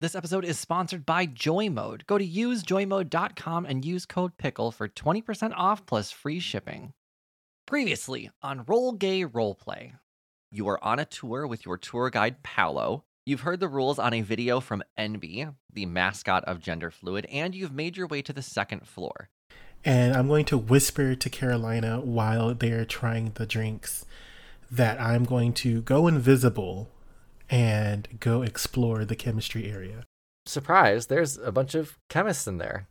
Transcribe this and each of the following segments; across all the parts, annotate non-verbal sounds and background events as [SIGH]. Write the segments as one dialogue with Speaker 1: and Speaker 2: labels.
Speaker 1: This episode is sponsored by Joy Mode. Go to usejoymode.com and use code PICKLE for 20% off plus free shipping. Previously on Roll Gay Roleplay, you are on a tour with your tour guide, Paolo. You've heard the rules on a video from Envy, the mascot of gender fluid, and you've made your way to the second floor.
Speaker 2: And I'm going to whisper to Carolina while they're trying the drinks that I'm going to go invisible and go explore the chemistry area.
Speaker 3: surprise, there's a bunch of chemists in there.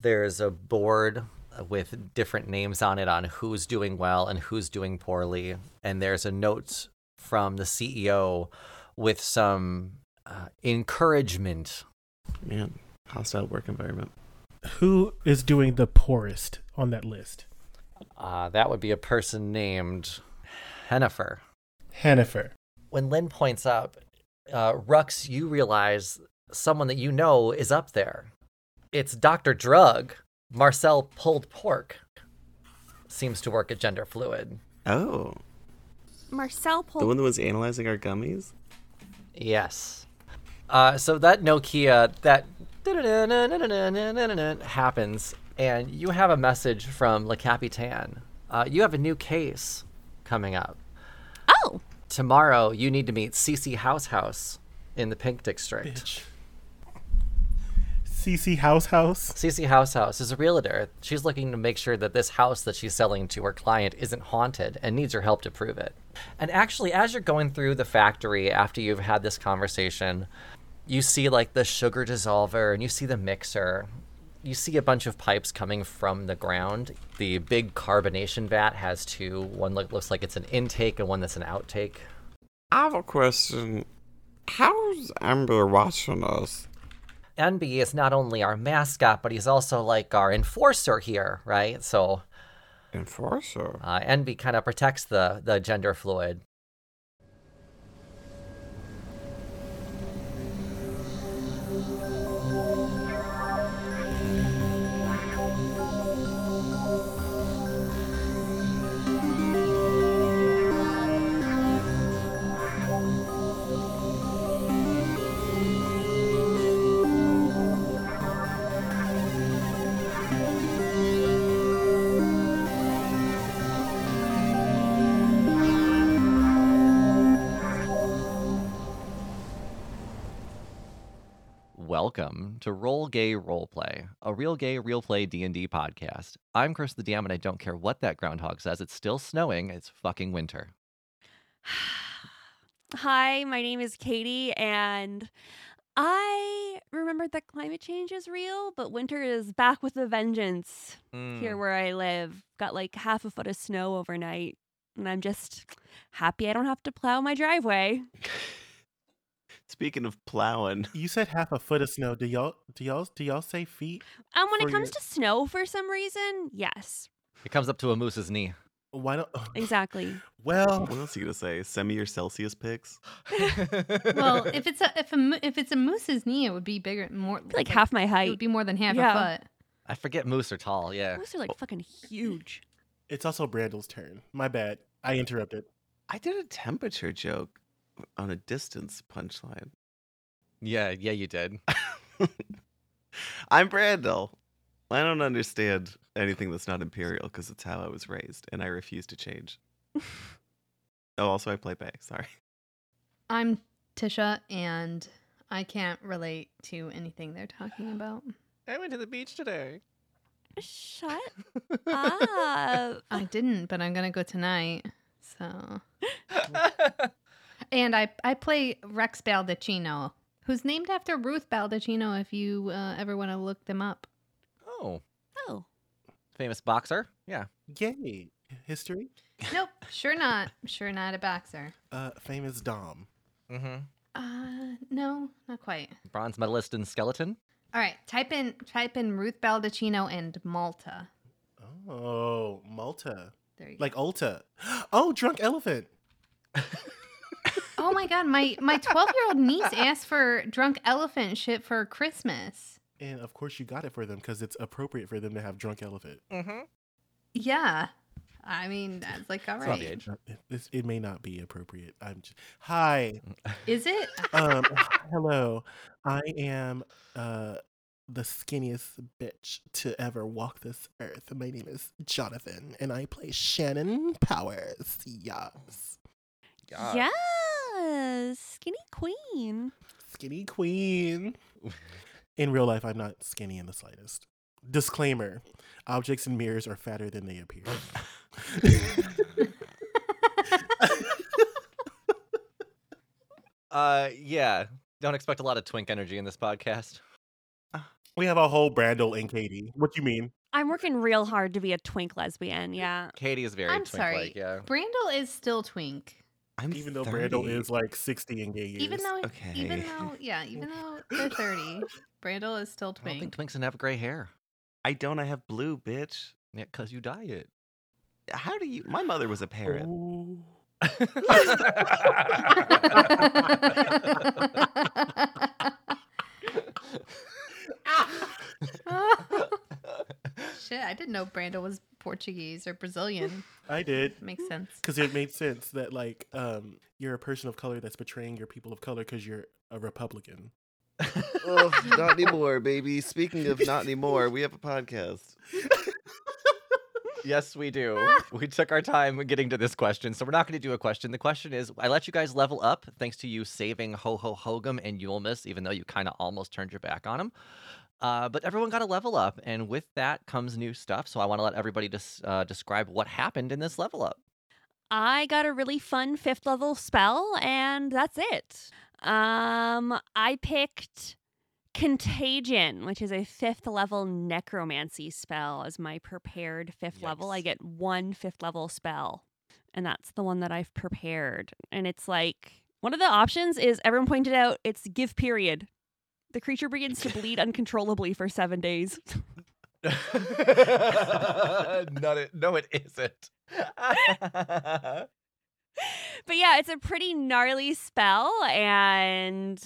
Speaker 3: There's a board with different names on it on who's doing well and who's doing poorly. And there's a note from the CEO with some uh, encouragement.
Speaker 4: Man, hostile work environment.
Speaker 2: Who is doing the poorest on that list?
Speaker 3: Uh, that would be a person named Hennifer.
Speaker 2: Hannifer.
Speaker 3: When Lynn points up, uh, Rux, you realize someone that you know is up there. It's Dr. Drug. Marcel pulled pork. Seems to work at gender fluid.
Speaker 4: Oh,
Speaker 5: Marcel
Speaker 4: the one
Speaker 5: pulled.
Speaker 4: that was analyzing our gummies.
Speaker 3: Yes. Uh, so that Nokia, that happens, and you have a message from Le Capitan. Uh, you have a new case coming up.
Speaker 5: Oh,
Speaker 3: Tomorrow, you need to meet Cece House House in the Pink District.
Speaker 2: CC House House.
Speaker 3: Cece House House is a realtor. She's looking to make sure that this house that she's selling to her client isn't haunted and needs your help to prove it. And actually, as you're going through the factory after you've had this conversation, you see like the sugar dissolver and you see the mixer. You see a bunch of pipes coming from the ground. The big carbonation vat has two. One look, looks like it's an intake and one that's an outtake.
Speaker 4: I have a question. How's Amber watching us?
Speaker 3: NB is not only our mascot, but he's also like our enforcer here, right? So
Speaker 4: Enforcer.
Speaker 3: Uh, envy kind of protects the the gender fluid.
Speaker 1: Welcome to Roll Gay Roleplay, a real gay, real play D&D podcast. I'm Chris the DM, and I don't care what that groundhog says. It's still snowing. It's fucking winter.
Speaker 5: hi. My name is Katie, and I remembered that climate change is real, but winter is back with a vengeance
Speaker 3: Hmm.
Speaker 5: here
Speaker 6: Hmm.
Speaker 5: where I live. Got like half a foot of snow overnight, and I'm just happy I don't have to plow my driveway.
Speaker 4: Speaking of plowing, [LAUGHS]
Speaker 2: You said half a foot of snow. Do y'all do y'all do y'all say feet?
Speaker 5: Um, when
Speaker 2: For
Speaker 5: it comes
Speaker 2: you.
Speaker 5: to snow, for some reason, yes,
Speaker 6: [SIGHS]
Speaker 1: It comes up to a moose's knee.
Speaker 2: Why don't [LAUGHS]
Speaker 5: exactly.
Speaker 2: Well
Speaker 4: what else are you gonna say? Semi or Celsius picks?
Speaker 6: [LAUGHS]
Speaker 5: [LAUGHS]
Speaker 6: well, if it's a if a mo- if it's a moose's knee, it would be bigger, more
Speaker 5: Like half my
Speaker 6: It
Speaker 5: height.
Speaker 6: would be more than half
Speaker 5: Yeah.
Speaker 6: a foot.
Speaker 1: [LAUGHS] I forget moose are tall, yeah.
Speaker 5: Those are
Speaker 6: Oh.
Speaker 5: like
Speaker 6: [LAUGHS]
Speaker 5: fucking huge.
Speaker 2: it's also Brandel's turn. My bad. I interrupted.
Speaker 4: I did a temperature joke on a distance punchline.
Speaker 1: Yeah, yeah, you did.
Speaker 4: I'm Brandel. I don't understand anything that's not imperial because it's how I was raised, and I refuse to change. oh, also I play back. Sorry. [LAUGHS]
Speaker 6: I'm Tisha, and I can't relate to anything they're talking about.
Speaker 4: I went to the beach today.
Speaker 6: [LAUGHS]
Speaker 5: Shut up.
Speaker 6: I didn't, but I'm gonna go tonight.
Speaker 5: [LAUGHS]
Speaker 6: So, and I I play Rex Baldacchino, who's named after Ruth Baldacchino. If you uh, ever want to look them up,
Speaker 1: Oh,
Speaker 5: Oh.
Speaker 1: famous boxer? Yeah.
Speaker 2: Yay. History?
Speaker 6: nope, sure not, sure not a boxer.
Speaker 2: Uh famous Dom.
Speaker 1: Mm-hmm.
Speaker 6: Uh, no, not quite.
Speaker 1: Bronze medalist in skeleton?
Speaker 6: All right, type in type in Ruth Baldacchino and Malta.
Speaker 2: Oh, Malta.
Speaker 6: There you go.
Speaker 2: Like Ulta. [GASPS] Oh, drunk elephant.
Speaker 6: Oh my god, my
Speaker 2: [LAUGHS]
Speaker 6: my 12-year-old niece asked for drunk elephant shit for Christmas.
Speaker 2: And
Speaker 3: Mm-hmm.
Speaker 2: of course, you got it for them because it's appropriate for them to have drunk elephant.
Speaker 1: Mm-hmm.
Speaker 6: Yeah. I mean, that's like all
Speaker 3: It's not the
Speaker 6: right.
Speaker 3: age.
Speaker 2: It, it's- it may not be appropriate. I'm just, hi.
Speaker 6: Is it?
Speaker 2: um hello i am uh the skinniest bitch to ever walk this earth my name is jonathan and i play shannon powers yes
Speaker 5: Yes. Skinny queen.
Speaker 2: skinny queen in real life i'm not skinny in the slightest disclaimer objects in mirrors are fatter than they appear [LAUGHS]
Speaker 3: Uh, yeah. Don't expect a lot of twink energy in this podcast.
Speaker 2: we have a whole brandel and katie what you mean
Speaker 5: I'm working real hard to be a twink lesbian. Yeah.
Speaker 3: Katie is very
Speaker 6: I'm
Speaker 3: twink-like,
Speaker 6: sorry.
Speaker 3: yeah.
Speaker 6: Brandel is still twink.
Speaker 4: I'm
Speaker 2: even though
Speaker 4: 30.
Speaker 2: brandel is like 60 in gay years
Speaker 6: Even though even
Speaker 4: Okay.
Speaker 6: though yeah, even though they're
Speaker 2: [LAUGHS]
Speaker 6: 30, Brandel is still
Speaker 3: I don't think [LAUGHS]
Speaker 6: twink.
Speaker 3: twinks can have gray hair.
Speaker 4: I don't. I have blue, bitch.
Speaker 3: Yeah, cause you dye it.
Speaker 4: How do you? My mother was a parrot.
Speaker 2: Ooh.
Speaker 6: Shit, I didn't know Brandel was Portuguese or Brazilian.
Speaker 2: i did
Speaker 6: Makes sense.
Speaker 2: because it made sense that like um you're a person of color that's betraying your people of color because you're a republican
Speaker 4: Ugh, [LAUGHS] not anymore, baby. Speaking of not anymore, we have a podcast.
Speaker 3: yes, we do. We took our time getting to this question, so we're not going to do a question. The question is, I let you guys level up thanks to you saving Ho Ho Hogum and Yulmus, even though you kind of almost turned your back on them. Uh, but everyone got a level up, and with that comes new stuff. So I want to let everybody just uh, describe what happened in this level up.
Speaker 5: I got a really fun fifth level spell, and that's it. Um, I picked Contagion, which is a fifth level necromancy spell, as my prepared fifth level. I
Speaker 3: Yikes.
Speaker 5: get one fifth level spell, and that's the one that I've prepared. And it's like one of the options is everyone pointed out it's give period. The creature begins to bleed uncontrollably for seven days.
Speaker 3: [LAUGHS] Not it. No, it
Speaker 5: [LAUGHS]
Speaker 3: isn't.
Speaker 5: but yeah, it's a pretty gnarly spell, and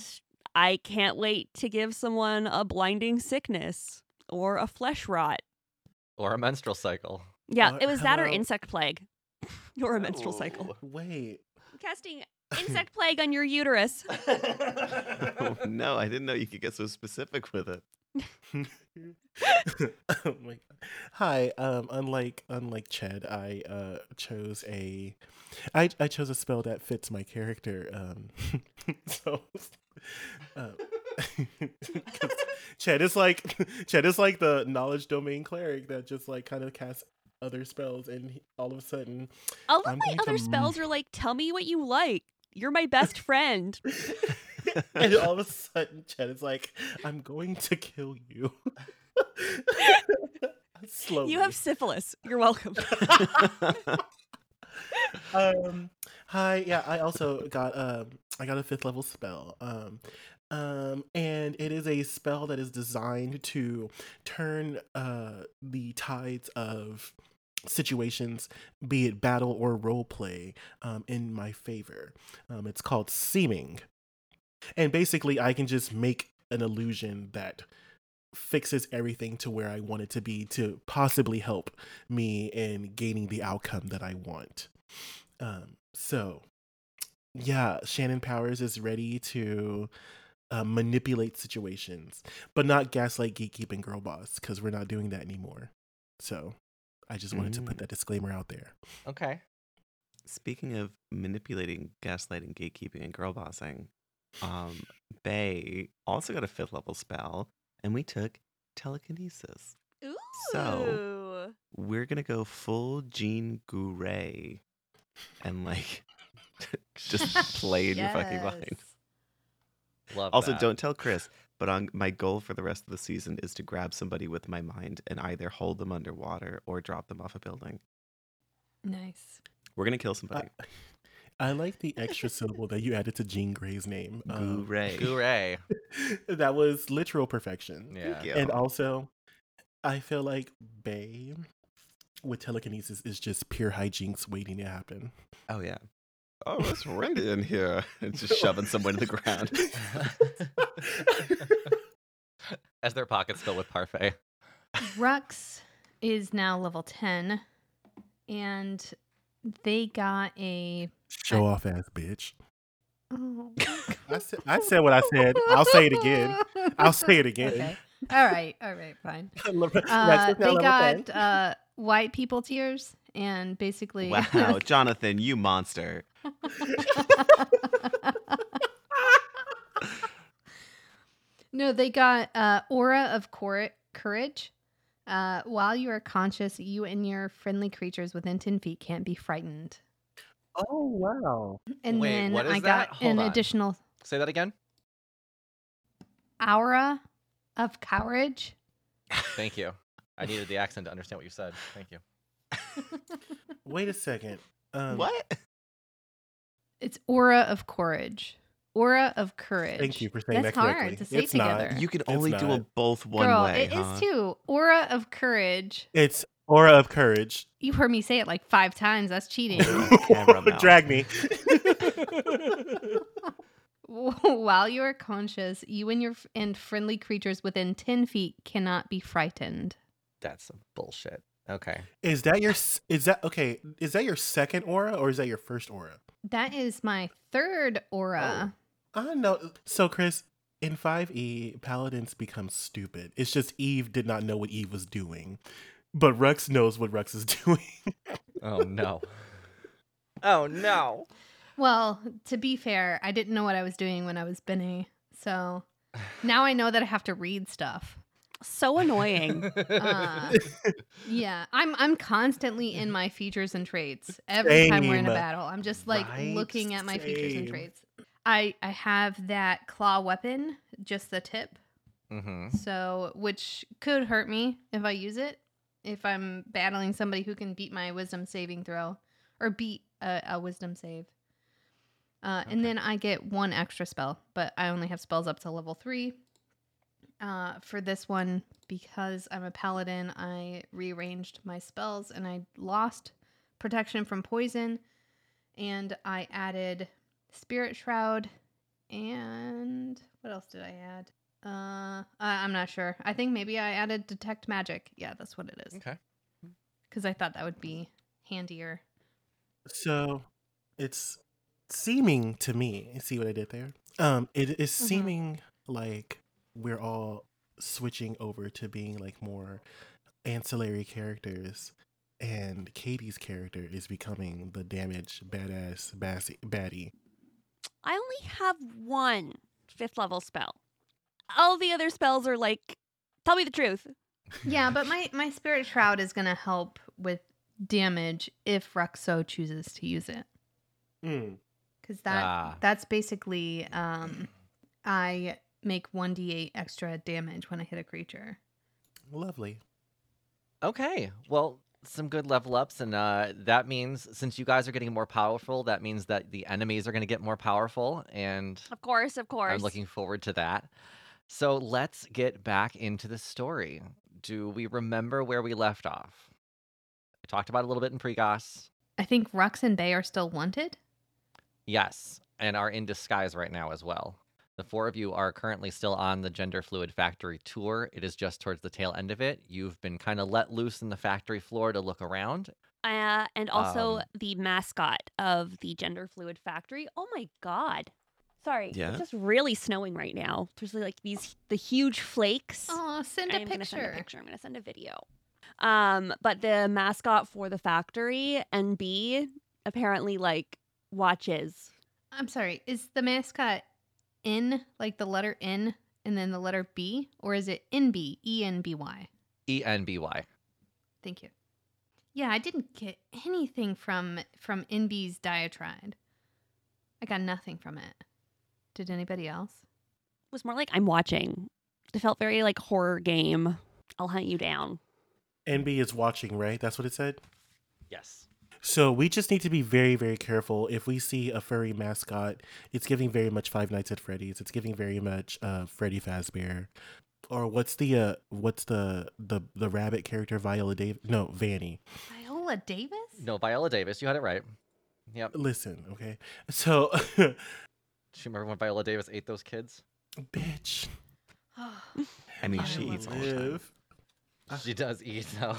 Speaker 5: I can't wait to give someone a blinding sickness or a flesh rot.
Speaker 3: or a menstrual cycle.
Speaker 5: Yeah,
Speaker 2: Or-
Speaker 5: it was that or
Speaker 2: hello?
Speaker 5: insect plague [LAUGHS] or a menstrual cycle.
Speaker 2: wait [LAUGHS]
Speaker 5: Casting insect plague on your uterus.
Speaker 4: [LAUGHS] Oh, no, I didn't know you could get so specific
Speaker 3: [LAUGHS]
Speaker 4: with it.
Speaker 2: [LAUGHS] oh my god hi um unlike unlike ched i uh chose a i i chose a spell that fits my character um [LAUGHS] so um, [LAUGHS] 'cause ched is like ched is like the knowledge domain cleric that just like kind of casts other spells and he, all of a sudden
Speaker 5: All of
Speaker 2: I'm
Speaker 5: my
Speaker 2: going to
Speaker 5: other spells are like, tell me what you like. You're my best friend.
Speaker 2: and all of a sudden, Chad is like, "I'm going to kill
Speaker 5: [LAUGHS]
Speaker 2: you." [LAUGHS] Slowly.
Speaker 5: You have syphilis.
Speaker 2: [LAUGHS]
Speaker 5: You're welcome. [LAUGHS]
Speaker 2: um, hi. Yeah, I also got um, I got a fifth level spell. Um, um, and it is a spell that is designed to turn uh the tides of situations, be it battle or role play, um, in my favor. Um, it's called seeming, and basically, I can just make an illusion that fixes everything to where I want it to be to possibly help me in gaining the outcome that I want. Um, so, yeah, Shannon Powers is ready to uh, manipulate situations, but not gaslight, gatekeep, and girl boss because we're not doing that anymore. So, I just wanted to put that disclaimer out there.
Speaker 3: Okay.
Speaker 4: Speaking of manipulating, gaslighting, gatekeeping, and girl bossing, um, Bay also got a fifth level spell, and we took telekinesis.
Speaker 5: Ooh.
Speaker 4: So- We're gonna go full Jean Gouray and like [LAUGHS] just play in your fucking mind.
Speaker 6: Yes.
Speaker 3: Love
Speaker 4: Also,
Speaker 3: that.
Speaker 4: don't tell Chris, but on my goal for the rest of the season is to grab somebody with my mind and either hold them underwater or drop them off a building.
Speaker 6: Nice.
Speaker 4: We're gonna kill somebody.
Speaker 2: I like the extra syllable that you added to Jean Grey's name.
Speaker 4: uh,
Speaker 2: Um,
Speaker 4: Gouray.
Speaker 3: [LAUGHS] Hooray.
Speaker 2: [LAUGHS] that was literal perfection.
Speaker 3: Yeah.
Speaker 4: Thank you.
Speaker 2: And also, I feel like Bay with telekinesis is just pure hijinks waiting to happen.
Speaker 4: Oh yeah. Oh, it's windy in here. [LAUGHS] And just shoving someone to the ground.
Speaker 6: [LAUGHS]
Speaker 3: As their pockets fill with parfait.
Speaker 6: Rux is now level 10 and they got a
Speaker 2: Show off ass bitch.
Speaker 6: Oh.
Speaker 2: I said- I said what I said. I'll say it again. I'll say it again.
Speaker 6: Okay. All right. All right. Fine. Uh,
Speaker 2: Ratchet
Speaker 6: they
Speaker 2: level
Speaker 6: got
Speaker 2: ten.
Speaker 6: uh, white people tears and basically.
Speaker 4: Wow, Jonathan, you monster.
Speaker 6: [LAUGHS] no, they got uh, aura of cor- courage. Uh, while you are conscious, you and your friendly creatures within ten feet can't be frightened.
Speaker 2: oh wow.
Speaker 6: And
Speaker 1: Wait,
Speaker 6: then
Speaker 1: what is
Speaker 6: I
Speaker 1: that?
Speaker 6: got an
Speaker 1: Hold on.
Speaker 6: additional
Speaker 1: Say that again.
Speaker 6: aura of
Speaker 1: [LAUGHS]
Speaker 6: courage.
Speaker 3: Thank you. I needed the accent to understand what you said. Thank you.
Speaker 2: Wait a second. Um,
Speaker 4: what?
Speaker 6: It's aura of courage. Aura of courage.
Speaker 2: Thank you for saying
Speaker 6: That's
Speaker 2: that correctly.
Speaker 6: hard to say
Speaker 2: it's not.
Speaker 6: together.
Speaker 4: You can
Speaker 2: It's
Speaker 4: only do
Speaker 2: not.
Speaker 4: them both one
Speaker 6: Girl,
Speaker 4: way.
Speaker 6: it is
Speaker 4: huh?
Speaker 6: too. Aura of courage.
Speaker 2: It's aura of courage.
Speaker 6: You heard me say it like five times. That's cheating.
Speaker 2: [LAUGHS]
Speaker 4: Camera mouth.
Speaker 2: Drag me.
Speaker 6: [LAUGHS] While you are conscious, you and your f- and friendly creatures within ten feet cannot be frightened.
Speaker 3: That's some bullshit. Okay.
Speaker 2: is that your? s- Is that okay? Is that your second aura or is that your first aura?
Speaker 6: That is my third aura.
Speaker 2: Oh. I know. So Chris, in Five E, paladins become stupid. It's just Eve did not know what Eve was doing, but Rex knows what Rex is [LAUGHS] doing.
Speaker 3: Oh no. [LAUGHS] oh no.
Speaker 6: Well, to be fair, I didn't know what I was doing when I was Benny, so now I know that I have to read stuff.
Speaker 3: [LAUGHS]
Speaker 5: So annoying.
Speaker 6: Uh, yeah, I'm I'm constantly in my features and traits every time we're in a
Speaker 2: Same.
Speaker 6: battle. I'm just like
Speaker 2: Right?
Speaker 6: looking at my features and
Speaker 2: Same.
Speaker 6: traits. I I have that claw weapon, just the tip,
Speaker 3: mm-hmm.
Speaker 6: so which could hurt me if I use it. If I'm battling somebody who can beat my wisdom saving throw or beat a, a wisdom save. Uh,
Speaker 3: Okay.
Speaker 6: And then I get one extra spell, but I only have spells up to level three. Uh, for this one, because I'm a paladin, I rearranged my spells and I lost protection from poison. And I added spirit shroud. And what else did I add? Uh, I, I'm not sure. I think maybe I added detect magic. Yeah, that's what it is.
Speaker 3: Okay.
Speaker 6: Because I thought that would be
Speaker 3: [LAUGHS]
Speaker 6: handier.
Speaker 2: So it's seeming to me, you see what I did there? Um, it is
Speaker 6: Mhm.
Speaker 2: seeming like we're all switching over to being like more ancillary characters. And Katie's character is becoming the damaged badass bassy, baddie.
Speaker 5: I only have one fifth level spell. All the other spells are like, tell me the truth.
Speaker 6: Yeah, but my my spirit shroud is gonna help with damage if Ruxo chooses to use it, because that
Speaker 3: Ah.
Speaker 6: that's basically um, I make one d8 extra damage when I hit a creature.
Speaker 2: Lovely.
Speaker 3: Okay. Well, some good level ups, and uh, that means since you guys are getting more powerful, that means that the enemies are going to get more powerful, and
Speaker 5: Of course, of course.
Speaker 3: I'm looking forward to that. So let's get back into the story. Do we remember where we left off? I talked about it a little bit in Pregos.
Speaker 6: I think Rux and Bay are still wanted.
Speaker 3: Yes, and are in disguise right now as well. The four of you are currently still on the Gender Fluid Factory tour. It is just towards the tail end of it. You've been kind of let loose in the factory floor to look around.
Speaker 5: Uh, and also
Speaker 3: Um,
Speaker 5: the mascot of the gender fluid factory. Oh my god. Sorry.
Speaker 4: Yeah?
Speaker 5: It's just really snowing right now. There's like these the huge flakes.
Speaker 6: Oh, send a
Speaker 5: I'm gonna send a
Speaker 6: picture.
Speaker 5: picture. I'm gonna send a video. Um, but the mascot for the factory, NB, apparently like watches.
Speaker 6: I'm sorry. Is the mascot N like the letter N and then the letter B, or is it NB E N B Y?
Speaker 3: E N B Y.
Speaker 6: Thank you. Yeah, I didn't get anything from from Inby's diatribe. I got nothing from it. Did anybody else?
Speaker 5: It was more like I'm watching. It felt very like horror game. I'll hunt you down.
Speaker 2: NB is watching, right? That's what it said?
Speaker 3: Yes.
Speaker 2: So we just need to be very, very careful. If we see a furry mascot, it's giving very much Five Nights at Freddy's. It's giving very much uh, Freddy Fazbear, or what's the uh, what's the the the rabbit character Viola Davis? No, Vanny.
Speaker 6: Viola Davis?
Speaker 3: No, Viola Davis. You had it right. Yep.
Speaker 2: Listen, okay. So, [LAUGHS]
Speaker 3: Do you remember when Viola Davis ate those kids?
Speaker 2: bitch,
Speaker 4: I mean,
Speaker 6: I
Speaker 4: she
Speaker 6: will
Speaker 4: eats
Speaker 3: Ah.
Speaker 4: all the time.
Speaker 2: live.
Speaker 3: She does eat though.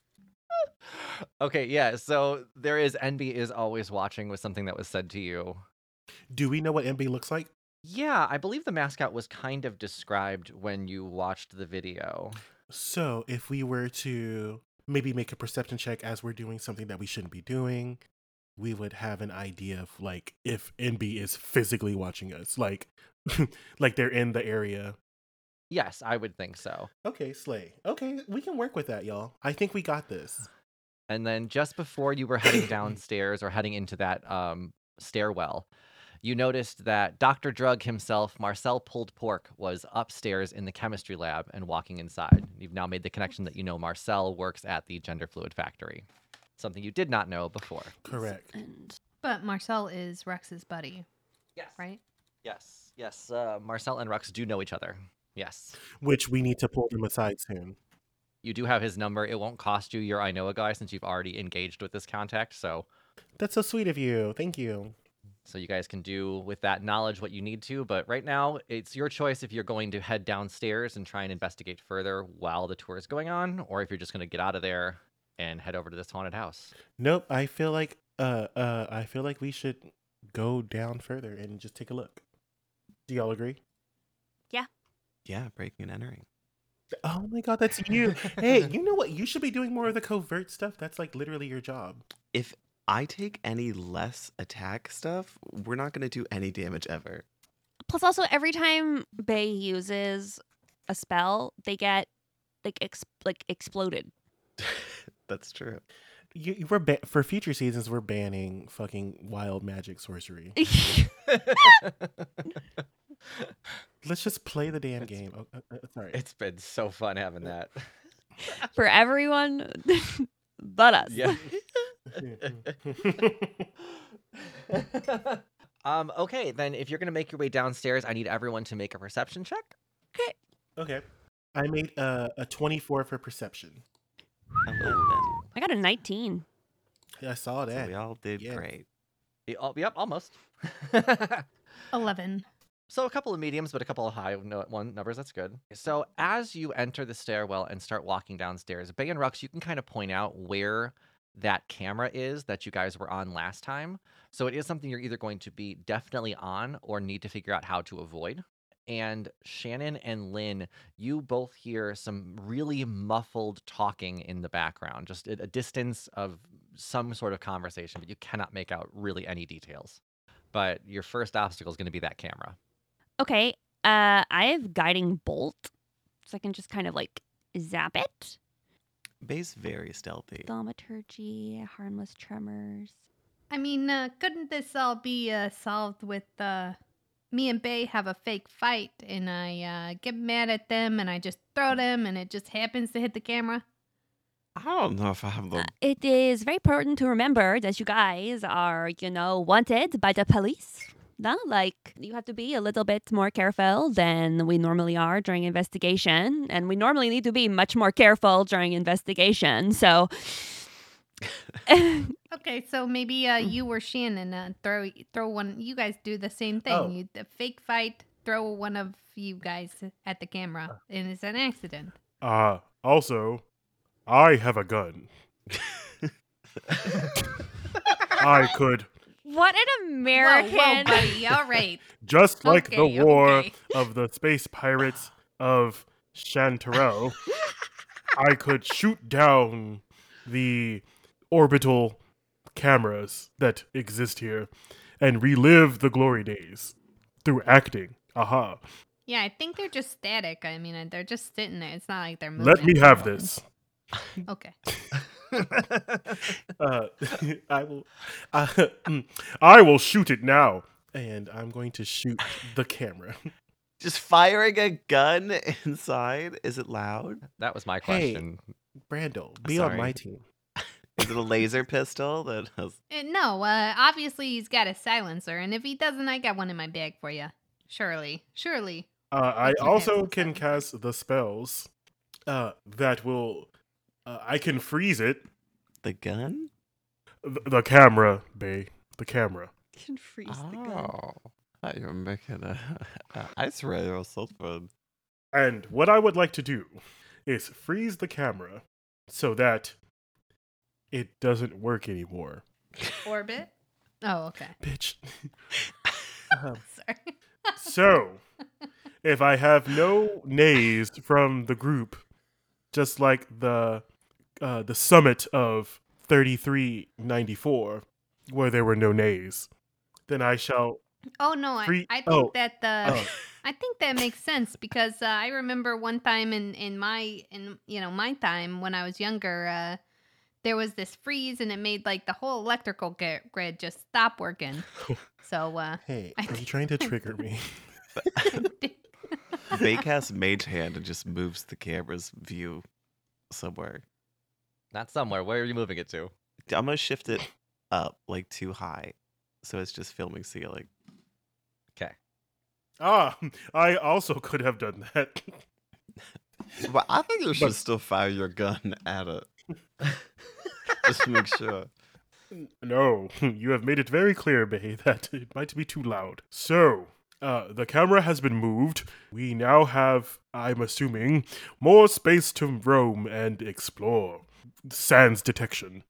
Speaker 3: [LAUGHS] okay, yeah. So there is NB is always watching with something that was said to you.
Speaker 2: Do we know what MB looks like?
Speaker 3: Yeah, I believe the mascot was kind of described when you watched the video.
Speaker 2: So, if we were to maybe make a perception check as we're doing something that we shouldn't be doing, we would have an idea of like if NB is physically watching us, like [LAUGHS] like they're in the area.
Speaker 3: Yes, I would think so.
Speaker 2: Okay, Slay. Okay, we can work with that, y'all. I think we got this.
Speaker 3: And then just before you were heading downstairs or heading into that um, stairwell, you noticed that Dr. Drug himself, Marcel Pulled Pork, was upstairs in the chemistry lab and walking inside. You've now made the connection that you know Marcel works at the gender fluid factory, something you did not know before.
Speaker 2: [SIGHS] Correct.
Speaker 5: And
Speaker 6: [SIGHS] But Marcel is Rex's buddy,
Speaker 3: Yes.
Speaker 6: right?
Speaker 3: Yes. Yes. Uh, Marcel and Rux do know each other. Yes.
Speaker 2: Which we need to pull them aside soon.
Speaker 3: You do have his number. It won't cost you your I know a guy since you've already engaged with this contact. So,
Speaker 2: That's so sweet of you. Thank you.
Speaker 3: so you guys can do with that knowledge what you need to. But right now, it's your choice if you're going to head downstairs and try and investigate further while the tour is going on, or if you're just going to get out of there and head over to this haunted house.
Speaker 2: Nope, I feel like uh uh I feel like we should go down further and just take a look. Do y'all agree?
Speaker 4: Yeah, breaking and entering.
Speaker 2: Oh my god, that's you. hey, you know what? You should be doing more of the covert stuff. That's like literally your job.
Speaker 4: If I take any less attack stuff, we're not going to do any damage ever.
Speaker 5: plus, also every time Bay uses a spell, they get like ex- like exploded.
Speaker 4: That's true.
Speaker 2: You, you were ba- for future seasons we're banning fucking wild magic sorcery. Let's just play the damn game. Oh, uh, uh, sorry.
Speaker 3: [LAUGHS] it's been so fun having that.
Speaker 5: for everyone but us.
Speaker 3: Yeah. [LAUGHS] um, okay, then if you're gonna make your way downstairs, I need everyone to make a perception check.
Speaker 2: [LAUGHS] okay. I made uh, a 24 for perception.
Speaker 4: Eleven.
Speaker 5: I got a 19.
Speaker 2: I saw
Speaker 4: So
Speaker 2: that.
Speaker 4: we all did
Speaker 2: Yeah.
Speaker 4: great.
Speaker 3: Y- oh, Yep, almost. [LAUGHS]
Speaker 6: 11.
Speaker 3: So a couple of mediums, but a couple of high no- one numbers. That's good. So as you enter the stairwell and start walking downstairs, Bay and Rux, you can kind of point out where that camera is that you guys were on last time. So it is something you're either going to be definitely on or need to figure out how to avoid. And Shannon and Lynn, you both hear some really muffled talking in the background, just at a distance of some sort of conversation, but you cannot make out really any details. But your first obstacle is going to be that camera.
Speaker 5: Okay. Uh, I have guiding bolt, so I can just kind of like zap it.
Speaker 4: Bay's very stealthy.
Speaker 5: Thaumaturgy, harmless tremors.
Speaker 6: I mean, uh, couldn't this all be uh, solved with uh, me and Bay have a fake fight and I uh, get mad at them and I just throw them and it just happens to hit the camera?
Speaker 4: I don't know if I have the.
Speaker 5: It is very important to remember that you guys are, you know, wanted by the police. No, like you have to be a little bit more careful than we normally are during investigation, and we normally need to be much more careful during investigation. So, [LAUGHS]
Speaker 6: Okay, so maybe uh, you or Shannon uh, throw throw one. You guys do the same thing.
Speaker 2: Oh.
Speaker 6: You the fake fight, throw one of you guys at the camera, and it's an accident.
Speaker 2: Uh, also, I have a
Speaker 4: [LAUGHS]
Speaker 2: gun. I could,
Speaker 5: what an American!
Speaker 6: Whoa, whoa, buddy! All [LAUGHS] right,
Speaker 2: just
Speaker 6: like the Okay, war okay.
Speaker 2: of the space pirates of Chantarel, I could shoot down the orbital cameras that exist here and relive the glory days through acting. Aha.
Speaker 6: yeah, I think they're just static. I mean, uh, they're just sitting there. It's not like they're moving.
Speaker 2: Let me have this.
Speaker 6: [LAUGHS] Okay.
Speaker 2: uh, [LAUGHS] I will. Uh, I will shoot it now, and I'm going to shoot the camera. [LAUGHS]
Speaker 4: Just firing a gun [LAUGHS] inside. Is it loud?
Speaker 3: That was my
Speaker 2: Hey.
Speaker 3: question.
Speaker 2: Brando, be on
Speaker 3: Sorry.
Speaker 2: my team.
Speaker 4: Is it a laser pistol that has
Speaker 6: Uh, no, uh, obviously he's got a silencer, and if he doesn't, I got one in my bag for you. Surely, surely.
Speaker 2: Uh, I
Speaker 6: Okay,
Speaker 2: also
Speaker 6: so
Speaker 2: can
Speaker 6: seven.
Speaker 2: cast the spells uh, that will. Uh, I can freeze it.
Speaker 4: the gun?
Speaker 2: The, the camera, Bay. The camera.
Speaker 5: can freeze
Speaker 4: Oh, I thought you were making a, a ice ray or something.
Speaker 2: And what I would like to do is freeze the camera so that it doesn't work anymore.
Speaker 6: Orbit. Oh, [LAUGHS] okay.
Speaker 2: Bitch. Um,
Speaker 6: Sorry.
Speaker 2: so, if I have no nays from the group, just like the uh, the summit of thirty three ninety four, where there were no nays, then I shall.
Speaker 6: Oh no, I,
Speaker 2: Free-
Speaker 6: I think
Speaker 2: oh,
Speaker 6: that the
Speaker 2: oh.
Speaker 6: I think that makes sense because uh, I remember one time in in my in you know my time when I was younger, uh, there was this freeze and it made like the whole electrical gr- grid just
Speaker 2: [LAUGHS]
Speaker 6: stop working. So uh,
Speaker 2: Oh, Hey,
Speaker 6: [LAUGHS] I
Speaker 2: are you
Speaker 6: think-
Speaker 2: trying to trigger
Speaker 6: [LAUGHS]
Speaker 2: me?
Speaker 6: I think-
Speaker 4: Bakehast mage hand and just moves the camera's view somewhere.
Speaker 3: Not somewhere. Where are you moving it to?
Speaker 4: I'm gonna shift it up like too high, so it's just filming ceiling.
Speaker 3: Okay.
Speaker 2: ah, I also could have done that.
Speaker 4: But I think you
Speaker 2: should
Speaker 4: still fire your gun [LAUGHS] at it. just to make sure.
Speaker 2: No, [LAUGHS] you have made it very clear, Bay, [LAUGHS] that it might be too loud. So, uh, the camera has been moved. We now have, I'm assuming, more space to roam and explore. Sans detection.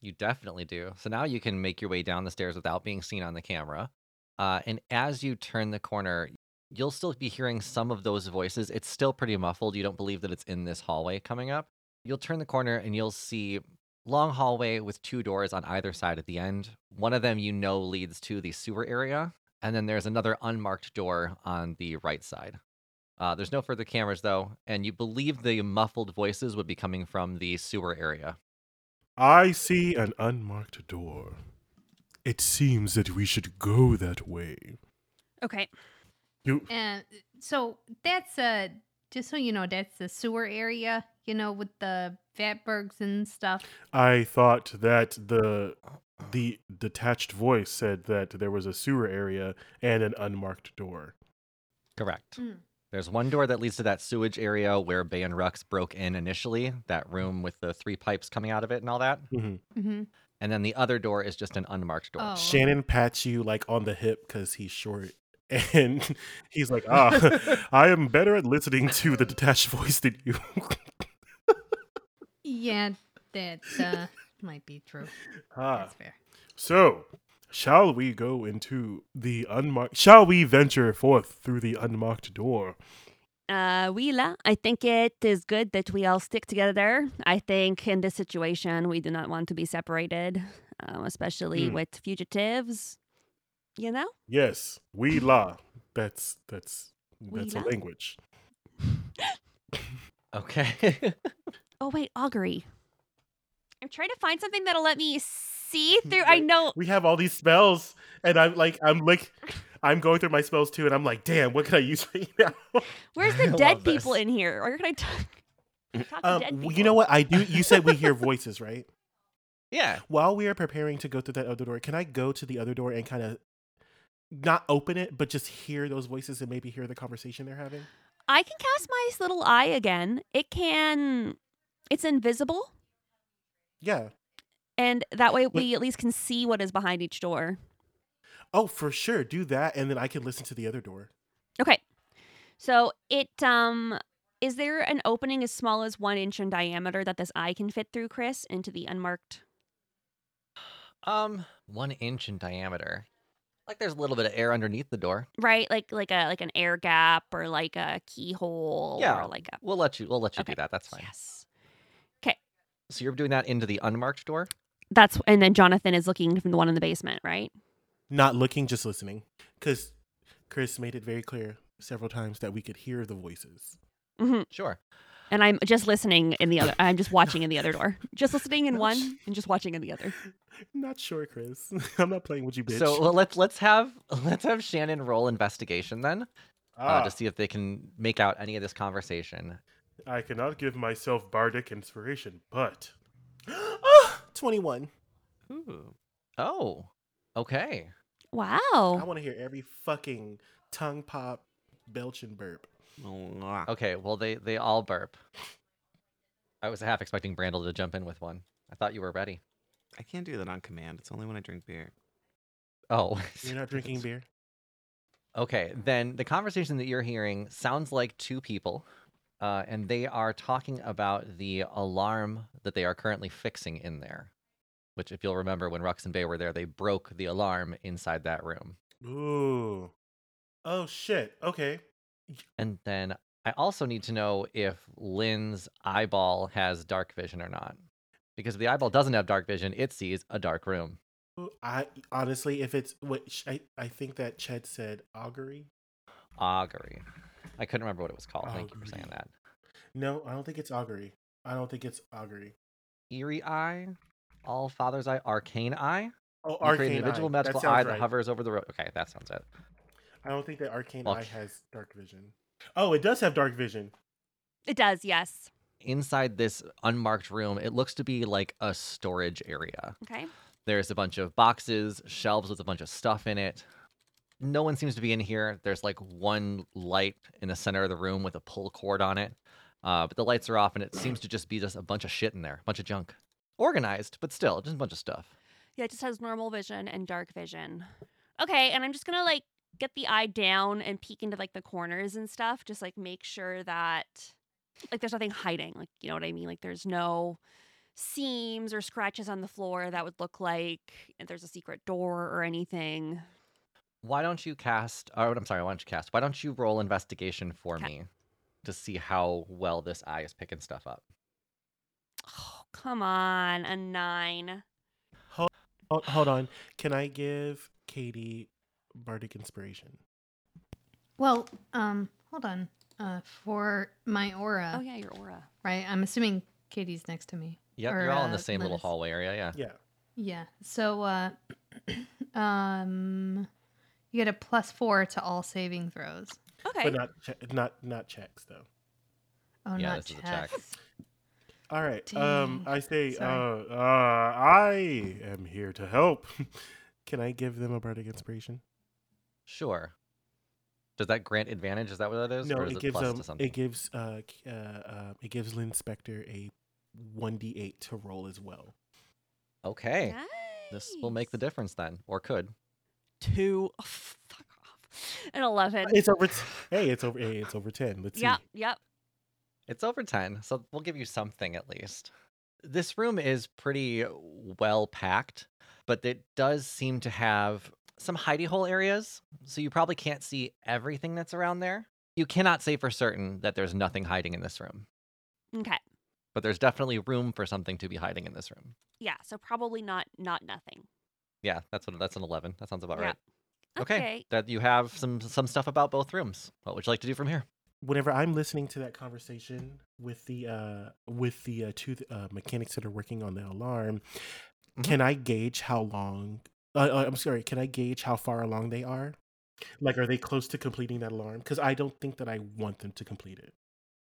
Speaker 3: You definitely do. So now you can make your way down the stairs without being seen on the camera. Uh, and as you turn the corner, you'll still be hearing some of those voices. It's still pretty muffled. You don't believe that it's in this hallway coming up. You'll turn the corner and you'll see long hallway with two doors on either side at the end. One of them you know leads to the sewer area, and then there's another unmarked door on the right side. Uh, there's no further cameras though, and you believe the muffled voices would be coming from the sewer area.
Speaker 2: I see an unmarked door. It seems that we should go that way.
Speaker 5: Okay.
Speaker 2: You,
Speaker 6: and so that's uh just so you know that's the sewer area. You know with the Vatbergs and stuff.
Speaker 2: I thought that the the detached voice said that there was a sewer area and an unmarked door.
Speaker 3: Correct.
Speaker 6: Mm.
Speaker 3: There's one door that leads to that sewage area where Bay and Rux broke in initially, that room with the three pipes coming out of it and all that.
Speaker 2: Mm-hmm.
Speaker 6: Mm-hmm.
Speaker 3: And then the other door is just an unmarked door.
Speaker 6: Oh.
Speaker 2: Shannon pats you like on the hip because he's short. [LAUGHS] And he's like, ah,
Speaker 5: [LAUGHS]
Speaker 2: I am better at listening to the detached voice than you.
Speaker 6: Yeah, that
Speaker 3: [LAUGHS]
Speaker 6: uh, might be true.
Speaker 3: Uh.
Speaker 2: ah.
Speaker 6: That's fair.
Speaker 2: So, shall we go into the unmarked? Shall we venture forth through the unmarked door?
Speaker 5: Uh, Wila, I think it is good that we all stick together. I think in this situation, we do not want to be separated, um, especially
Speaker 2: Hmm.
Speaker 5: with fugitives. You know?
Speaker 2: Yes, we la. That's that's that's a
Speaker 5: Wee-la?
Speaker 2: language.
Speaker 3: Okay. [LAUGHS]
Speaker 5: Oh, wait, augury. I'm trying to find something that'll let me see through. I
Speaker 2: Right.
Speaker 5: know.
Speaker 2: We have all these spells, and I'm like, I'm like, I'm going through my spells too, and I'm like, damn, what can I use right now?
Speaker 5: Where's
Speaker 3: I
Speaker 5: the
Speaker 3: love
Speaker 5: dead people
Speaker 3: this.
Speaker 5: in here? Or can I talk, talk to dead
Speaker 2: Um,
Speaker 5: people?
Speaker 2: you know what? I do. You said we hear
Speaker 5: [LAUGHS]
Speaker 2: voices, right?
Speaker 3: yeah.
Speaker 2: while we are preparing to go through that other door, can I go to the other door and kind of not open it, but just hear those voices and maybe hear the conversation they're having?
Speaker 5: I can cast my little eye again. It can. It's invisible,
Speaker 2: Yeah.
Speaker 5: and that way
Speaker 2: Wait.
Speaker 5: we at least can see what is behind each door.
Speaker 2: Oh, for sure. Do that, and then I can listen to the other door.
Speaker 5: Okay. So it um is there an opening as small as one inch in diameter that this eye can fit through, Chris, into the unmarked?
Speaker 3: Um, one inch in diameter. Like there's a little bit of air underneath the door.
Speaker 5: Right? Like like a like an air gap or like a keyhole
Speaker 3: Yeah.
Speaker 5: or like a
Speaker 3: We'll let you we'll let you
Speaker 5: Okay.
Speaker 3: do that. That's fine.
Speaker 5: Yes.
Speaker 3: So you're doing that into the unmarked door?
Speaker 5: That's and then Jonathan is looking from the one in the basement, right?
Speaker 2: Not looking, just listening. Because Chris made it very clear several times that we could hear the voices.
Speaker 5: hmm
Speaker 3: Sure.
Speaker 5: And I'm just listening in the other. I'm just watching in the other door. Just listening in
Speaker 2: Not
Speaker 5: one
Speaker 2: sh-
Speaker 5: and just watching in the other.
Speaker 2: Not sure, Chris. [LAUGHS] I'm not playing with you, bitch.
Speaker 3: So well, let's let's have [LAUGHS] let's have Shannon roll investigation then.
Speaker 2: ah,
Speaker 3: Uh, to see if they can make out any of this conversation.
Speaker 2: I cannot give myself bardic inspiration, but. [GASPS] Ah, 21.
Speaker 4: Ooh.
Speaker 3: Oh. Okay.
Speaker 2: I
Speaker 5: Wow.
Speaker 2: want to hear every fucking tongue pop, belch, and burp.
Speaker 4: Mwah.
Speaker 3: Okay, well they they all burp. I was half expecting Brandel to jump in with one. I thought you were ready.
Speaker 4: I can't do that on command. It's only when I drink beer.
Speaker 3: Oh. [LAUGHS]
Speaker 2: You're not drinking beer?
Speaker 3: Okay, then the conversation that you're hearing sounds like two people, uh, and they are talking about the alarm that they are currently fixing in there. which, if you'll remember, when Rux and Bay were there, they broke the alarm inside that room.
Speaker 2: Ooh. Oh shit. Okay.
Speaker 3: And then I also need to know if Lynn's eyeball has dark vision or not. Because if the eyeball doesn't have dark vision, it sees a dark room.
Speaker 2: Ooh, I e, honestly, if it's what sh- I, I think that Ched said augury.
Speaker 3: Augury. I couldn't remember what it was called. Thank you for saying
Speaker 2: Augury.
Speaker 3: that.
Speaker 2: No, I don't think it's augury. I don't think it's augury.
Speaker 3: Eerie Eye, All Father's Eye, Arcane Eye.
Speaker 2: Oh,
Speaker 3: You create
Speaker 2: arcane
Speaker 3: an individual
Speaker 2: eye.
Speaker 3: magical
Speaker 2: that sounds
Speaker 3: eye that
Speaker 2: right.
Speaker 3: hovers over the road. Okay, that sounds it.
Speaker 2: I don't think that arcane
Speaker 3: Well,
Speaker 2: eye has dark vision. Oh, it does have dark vision.
Speaker 5: It does, yes.
Speaker 3: Inside this unmarked room, it looks to be like a storage area.
Speaker 5: Okay.
Speaker 3: There's a bunch of boxes, shelves with a bunch of stuff in it. No one seems to be in here. There's like one light in the center of the room with a pull cord on it. Uh, but the lights are off, and it seems to just be just a bunch of shit in there, a bunch of junk. Organized, but still, just a bunch of stuff.
Speaker 5: Yeah, it just has normal vision and dark vision. Okay, and I'm just gonna like get the eye down and peek into like the corners and stuff. Just like make sure that like there's nothing hiding. Like you know what I mean? Like there's no seams or scratches on the floor that would look like and there's a secret door or anything.
Speaker 3: Why don't you cast? Oh, I'm sorry. Why don't you cast? Why don't you roll investigation for
Speaker 5: Okay.
Speaker 3: me to see how well this eye is picking stuff up?
Speaker 5: Oh, come on, a nine.
Speaker 2: Oh, hold on. Can I give Katie bardic inspiration?
Speaker 6: Well, um, hold on. Uh, for my aura,
Speaker 5: Oh yeah, your aura.
Speaker 6: right? I'm assuming Katie's next to me.
Speaker 3: Yep,
Speaker 6: Or,
Speaker 3: you're all in the
Speaker 6: uh,
Speaker 3: same little
Speaker 6: Linus.
Speaker 3: hallway area. Yeah.
Speaker 2: Yeah.
Speaker 6: Yeah. So, uh, [COUGHS] um, you get a plus four to all saving throws.
Speaker 5: Okay.
Speaker 2: But
Speaker 3: uh,
Speaker 2: not che- not not checks though.
Speaker 6: Oh,
Speaker 3: Yeah,
Speaker 6: not
Speaker 3: this is a check.
Speaker 6: checks.
Speaker 2: All right. Um,
Speaker 6: Dang.
Speaker 2: I say, uh,
Speaker 6: Sorry.
Speaker 2: uh, I am here to help. [LAUGHS] Can I give them a bardic inspiration?
Speaker 3: Sure. Does that grant advantage? Is that what that is?
Speaker 2: no,
Speaker 3: or is
Speaker 2: it
Speaker 3: it,
Speaker 2: gives
Speaker 3: plus
Speaker 2: um,
Speaker 3: to something?
Speaker 2: it gives uh, k- uh, uh, it gives Lynn Spector a one d eight to roll as well.
Speaker 3: okay. This will make the
Speaker 5: Nice.
Speaker 3: difference then, or could.
Speaker 5: two. oh, fuck off. An eleven.
Speaker 2: It's over. T-
Speaker 3: [LAUGHS]
Speaker 2: hey, it's over. Hey, it's over ten. Let's
Speaker 5: Yep,
Speaker 2: see.
Speaker 5: yep.
Speaker 3: It's over 10, so we'll give you something at least. This room is pretty well packed, but it does seem to have some hidey hole areas, so you probably can't see everything that's around there. You cannot say for certain that there's nothing hiding in this room,
Speaker 5: Okay.
Speaker 3: but there's definitely room for something to be hiding in this room.
Speaker 5: Yeah, so probably not not nothing.
Speaker 3: Yeah, that's what that's an 11. That sounds about
Speaker 5: Yeah.
Speaker 3: right. That you have some some stuff about both rooms. What would you like to do from here?
Speaker 2: Whenever I'm listening to that conversation with the uh, with the uh, two uh, mechanics that are working on the alarm,
Speaker 3: Mhm.
Speaker 2: can I gauge how long? Uh, uh, I'm sorry. Can I gauge how far along they are? Like, are they close to completing that alarm? Because I don't think that I want them to complete it.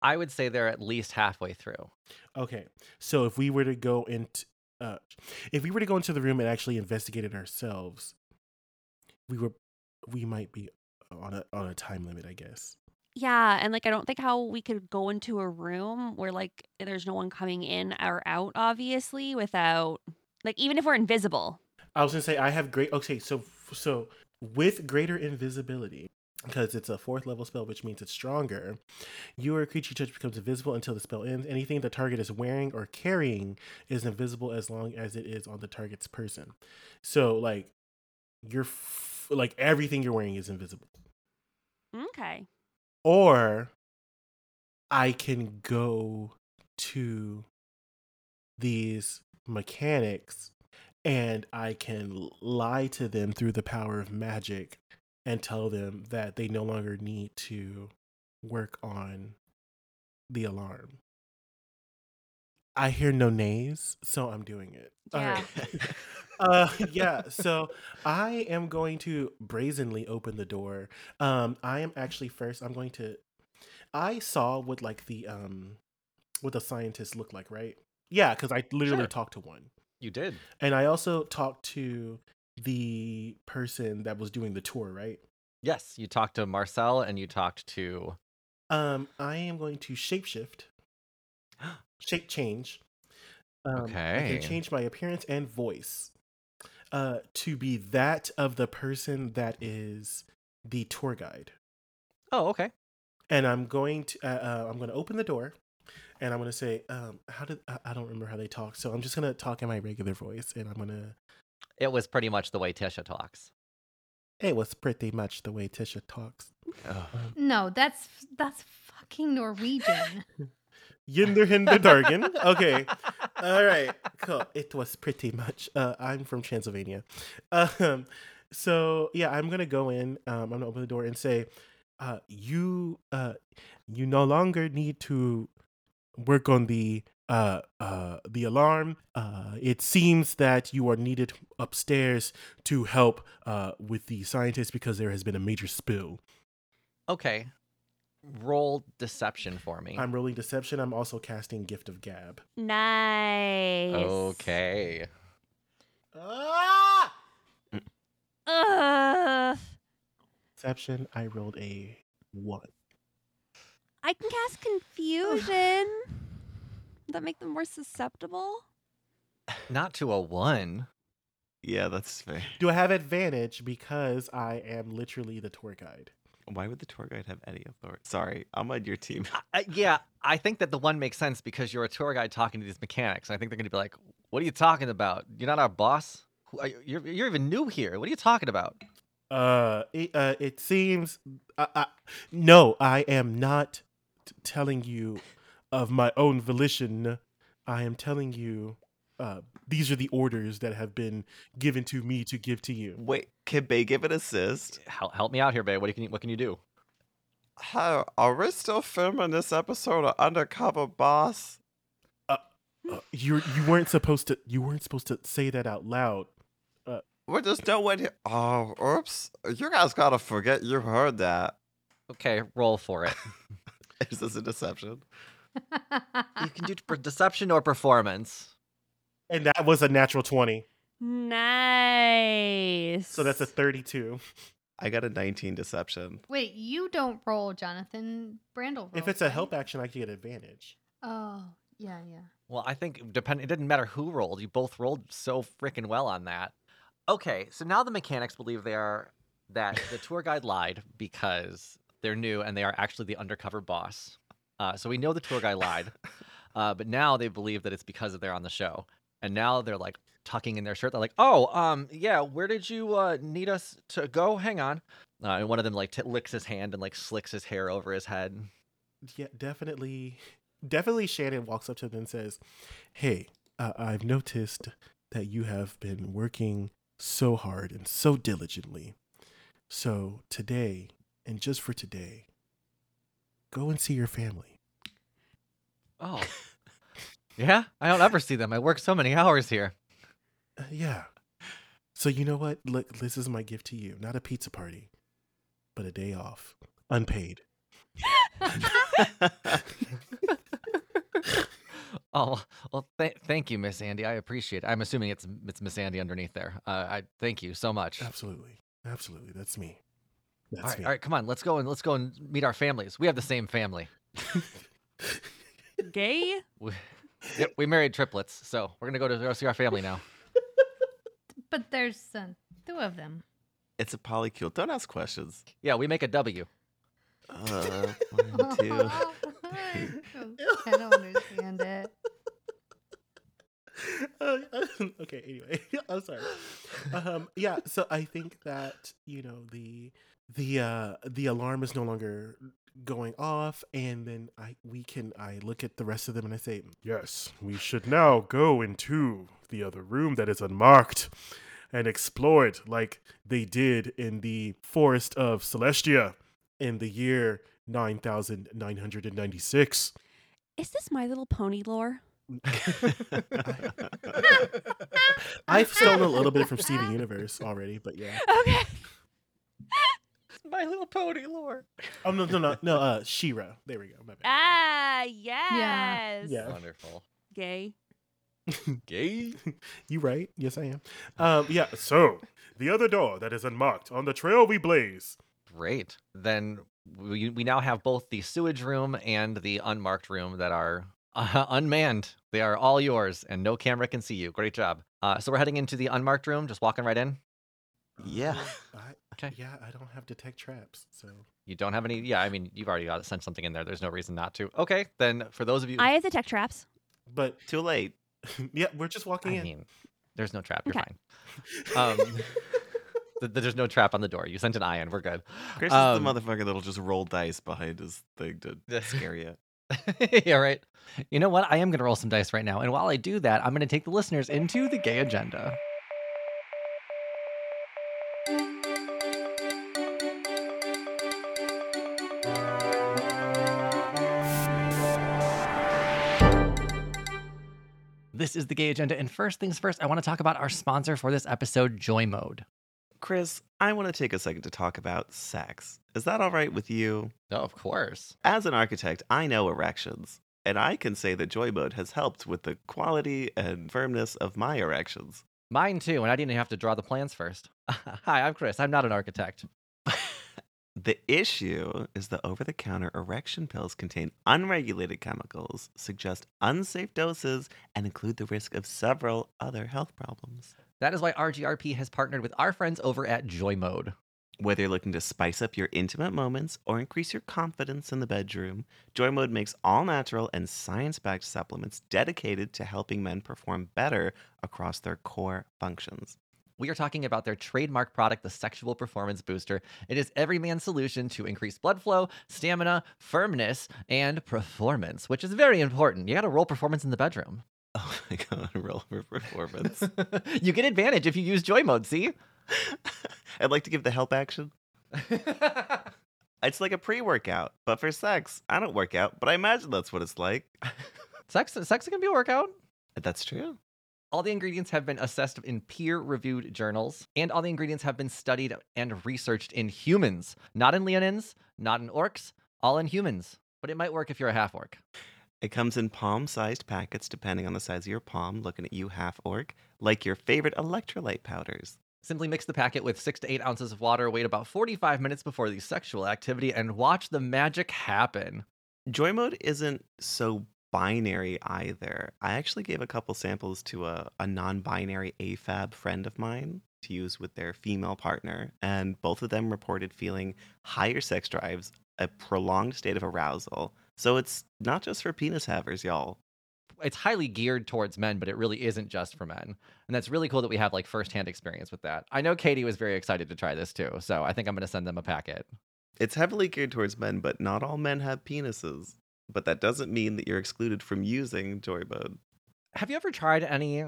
Speaker 3: I would say they're at least halfway through.
Speaker 2: Okay. So if we were to go into uh, if we were to go into the room and actually investigate it ourselves, we were we might be on a on a time limit, I guess.
Speaker 5: Yeah, and like I don't think how we could go into a room where like there's no one coming in or out obviously without like even if we're invisible.
Speaker 2: I was gonna say I have great. Okay, so so with greater invisibility, because it's a fourth level spell, which means it's stronger. Your creature touch becomes invisible until the spell ends. Anything the target is wearing or carrying is invisible as long as it is on the target's person. So like, you're f- like everything you're wearing is invisible.
Speaker 5: Okay.
Speaker 2: or I can go to these mechanics and I can lie to them through the power of magic and tell them that they no longer need to work on the alarm. I hear no nays, so I'm doing it.
Speaker 3: [LAUGHS]
Speaker 5: Yeah.
Speaker 2: [LAUGHS] Uh, yeah, so I am going to brazenly open the door. Um, I am actually first. I'm going to. I saw what like the um, what the scientists look like, right? Yeah, because I literally
Speaker 3: Sure.
Speaker 2: talked to one,
Speaker 3: You did.
Speaker 2: and I also talked to the person that was doing the tour, right?
Speaker 3: Yes, you talked to Marcel and you talked to
Speaker 2: Um, I am going
Speaker 3: [GASPS]
Speaker 2: to shapeshift, shape change. Um, I
Speaker 3: Okay.
Speaker 2: can change my appearance and voice uh, to be that of the person that is the tour guide,
Speaker 3: Oh, okay.
Speaker 2: and I'm going to uh, uh, I'm going to open the door and I'm gonna say, um, how did I, I don't remember how they talk, so I'm just gonna talk in my regular voice, and I'm gonna.
Speaker 3: It was pretty much the way Tisha talks.
Speaker 2: It was pretty much the way Tisha talks. Um,
Speaker 6: No, that's that's
Speaker 3: [LAUGHS]
Speaker 6: fucking Norwegian. [LAUGHS]
Speaker 2: Yinder Hinder Dargan. Okay. All right, cool. It was pretty much. Uh, I'm from Transylvania. Um, so yeah, I'm gonna go in. Um, I'm gonna open the door and say, uh, you uh, you no longer need to work on the uh, uh, the alarm. Uh, it seems that you are needed upstairs to help uh, with the scientists because there has been a major spill.
Speaker 3: [LAUGHS] Okay. Roll deception for me.
Speaker 2: I'm rolling deception. I'm also casting Gift of Gab.
Speaker 5: Nice.
Speaker 3: Okay. [LAUGHS]
Speaker 2: Ah!
Speaker 5: Ugh.
Speaker 2: Deception. I rolled a one.
Speaker 5: I can cast confusion. Would that make them more susceptible?
Speaker 3: Not to a one.
Speaker 4: Yeah, that's fair.
Speaker 2: Do I have advantage because I am literally the tour guide?
Speaker 4: Why would the tour guide have any authority? Sorry, I'm on your team. [LAUGHS]
Speaker 3: Uh, yeah, I think that the one makes sense because you're a tour guide talking to these mechanics. I think they're going to be like, "What are you talking about? You're not our boss. Who are you? You're, you're even new here. What are you talking about?"
Speaker 2: Uh, it, uh, it seems. I, I, no, I am not t- telling you of my own volition. I am telling you. Uh, these are the orders that have been given to me to give to you.
Speaker 4: Wait, can Bay give an assist?
Speaker 3: Help, help me out here, babe. What can you, what can you do?
Speaker 4: How are we still filming this episode of Undercover Boss?
Speaker 2: Uh, you you weren't supposed to you weren't supposed to say that out loud.
Speaker 4: We're just doing here. Oh, oops. You guys gotta forget you heard that. [LAUGHS]
Speaker 3: Okay, roll for it.
Speaker 4: Is this a deception?
Speaker 3: you can do per- deception or performance.
Speaker 2: And that was a natural twenty,
Speaker 5: Nice.
Speaker 2: so that's a thirty-two.
Speaker 4: I got a 19 deception.
Speaker 6: Wait, you don't roll, Jonathan. Brandel.
Speaker 2: If
Speaker 6: rolls,
Speaker 2: it's a
Speaker 6: right?
Speaker 2: help action, I can get advantage.
Speaker 6: Oh yeah, yeah.
Speaker 3: Well, I think depend- it didn't matter who rolled. You both rolled so freaking well on that. Okay, so now the mechanics believe they are that the tour guide lied because they're new and they are actually the undercover boss. Uh, so we know the tour guy lied, uh, but now they believe that it's because they're on the show. And now they're like tucking in their shirt. They're like, "Oh, um, yeah, where did you uh, need us to go? Hang on." Uh, and one of them like t- licks his hand and like slicks his hair over his head.
Speaker 2: yeah, definitely, definitely. Shannon walks up to them and says, "Hey, uh, I've noticed that you have been working so hard and so diligently. So today, and just for today, go and see your family."
Speaker 3: Oh, [LAUGHS] yeah. I don't ever see them. I work so many hours here.
Speaker 2: Uh, yeah. So you know what? Look, this is my gift to you. Not a pizza party, but a day off, unpaid.
Speaker 3: [LAUGHS] Oh well, th- thank you, Miss Andy. I appreciate. it. I'm assuming it's it's Miss Andy underneath there. Uh, I thank you so much.
Speaker 2: Absolutely, absolutely. That's me. That's
Speaker 3: all right,
Speaker 2: me.
Speaker 3: all right, come on, let's go and let's go and meet our families. We have the same family.
Speaker 5: gay.
Speaker 3: We, yep, we married triplets, so we're gonna go to go see our family now.
Speaker 6: But there's uh, two of them.
Speaker 4: It's a polycule. Don't ask questions.
Speaker 3: Yeah, we make a W.
Speaker 4: Uh, one,
Speaker 6: [LAUGHS]
Speaker 4: two.
Speaker 6: Oh, I don't understand it.
Speaker 2: Uh, [LAUGHS] okay anyway [LAUGHS] i'm sorry um yeah so i think that you know the the uh the alarm is no longer going off and then i we can i look at the rest of them and i say yes we should now go into the other room that is unmarked and explore it like they did in the forest of celestia in the year 9996
Speaker 5: Is this My Little Pony
Speaker 2: [LAUGHS]
Speaker 5: lore?
Speaker 4: [LAUGHS]
Speaker 2: i've stolen a little bit from steven universe already but yeah
Speaker 5: Okay.
Speaker 3: My Little Pony lore.
Speaker 2: Oh no no no no uh Shira. There we go. My bad.
Speaker 5: Ah, yes.
Speaker 2: Yeah.
Speaker 3: Wonderful.
Speaker 5: Gay.
Speaker 3: Gay.
Speaker 2: You right? Yes I am. Um yeah, so the other door that is unmarked on the trail we blaze.
Speaker 3: Great. Then we we now have both the sewage room and the unmarked room that are
Speaker 7: [LAUGHS]
Speaker 3: uh, unmanned. They are all yours, and no camera can see you. Great job. Uh, so we're heading into the unmarked room. Just walking right in.
Speaker 4: Yeah.
Speaker 2: I,
Speaker 3: Okay.
Speaker 2: Yeah, I don't have detect traps, so
Speaker 7: You don't have any. Yeah, I mean, you've already got to send something in there. There's no reason not to. Okay, then for those of you,
Speaker 5: I have the tech traps.
Speaker 2: but [LAUGHS]
Speaker 4: Too late.
Speaker 2: yeah, we're just
Speaker 7: I
Speaker 2: walking in.
Speaker 7: mean, there's no trap. You're
Speaker 5: Okay.
Speaker 7: fine. Um, [LAUGHS] th- th- there's no trap on the door. You sent an iron. We're good.
Speaker 4: Chris
Speaker 7: Um,
Speaker 4: is the motherfucker that'll just roll dice behind his thing [LAUGHS] to scare you.
Speaker 3: [LAUGHS]
Speaker 7: yeah, right.
Speaker 3: You know what? I am going to roll some dice right now. And while I do that, I'm going to take the listeners into the gay agenda. This is the gay agenda. And first things first, I want to talk about our sponsor for this episode, Joy Mode.
Speaker 4: Chris, I want to take a second to talk about sex. Is that all right with you?
Speaker 7: No, Oh, of course.
Speaker 4: As an architect, I know erections, and I can say that Joy Mode has helped with the quality and firmness of my erections.
Speaker 7: Mine too, and I didn't have to draw the plans first. [LAUGHS] Hi, I'm Chris. I'm not an architect.
Speaker 4: The issue is that over the counter erection pills contain unregulated chemicals, suggest unsafe doses, and include the risk of several other health problems.
Speaker 3: That is why RGRP has partnered with our friends over at Joy Mode.
Speaker 4: Whether you're looking to spice up your intimate moments or increase your confidence in the bedroom, Joy Mode makes all natural and science backed supplements dedicated to helping men perform better across their core functions. [LAUGHS]
Speaker 3: We are talking about their trademark product, the Sexual Performance Booster. It is every man's solution to increase blood flow, stamina, firmness, and performance, which is very important. You got to roll performance in the bedroom.
Speaker 4: Oh my God, [LAUGHS] roll
Speaker 3: [LAUGHS]
Speaker 4: for [LAUGHS] performance.
Speaker 3: you get advantage if you use joy mode, see?
Speaker 4: I'd like to give the help action. It's like a pre workout, but for sex. I don't work out, but I imagine that's what it's like. [LAUGHS]
Speaker 3: sex, sex can be a workout.
Speaker 4: That's true.
Speaker 3: All the ingredients have been assessed in peer reviewed journals, and all the ingredients have been studied and researched in humans, not in leonins, not in orcs, all in humans. But it might work if you're a half orc.
Speaker 4: It comes in palm sized packets depending on the size of your palm, looking at you half orc, like your favorite electrolyte powders.
Speaker 3: Simply mix the packet with six to eight ounces of water, wait about 45 minutes before the sexual activity, and watch the magic happen.
Speaker 4: Joy mode isn't so binary either. I actually gave a couple samples to a, a non binary AFAB friend of mine to use with their female partner, and both of them reported feeling higher sex drives, a prolonged state of arousal. So it's not just for penis havers, y'all.
Speaker 3: It's highly geared towards men, but it really isn't just for men. And that's really cool that we have like firsthand experience with that. I know Katie was very excited to try this too, so I think I'm going to send them a packet.
Speaker 4: It's heavily geared towards men, but not all men have penises. But that doesn't mean that you're excluded from using joy mode.
Speaker 3: Have you ever tried any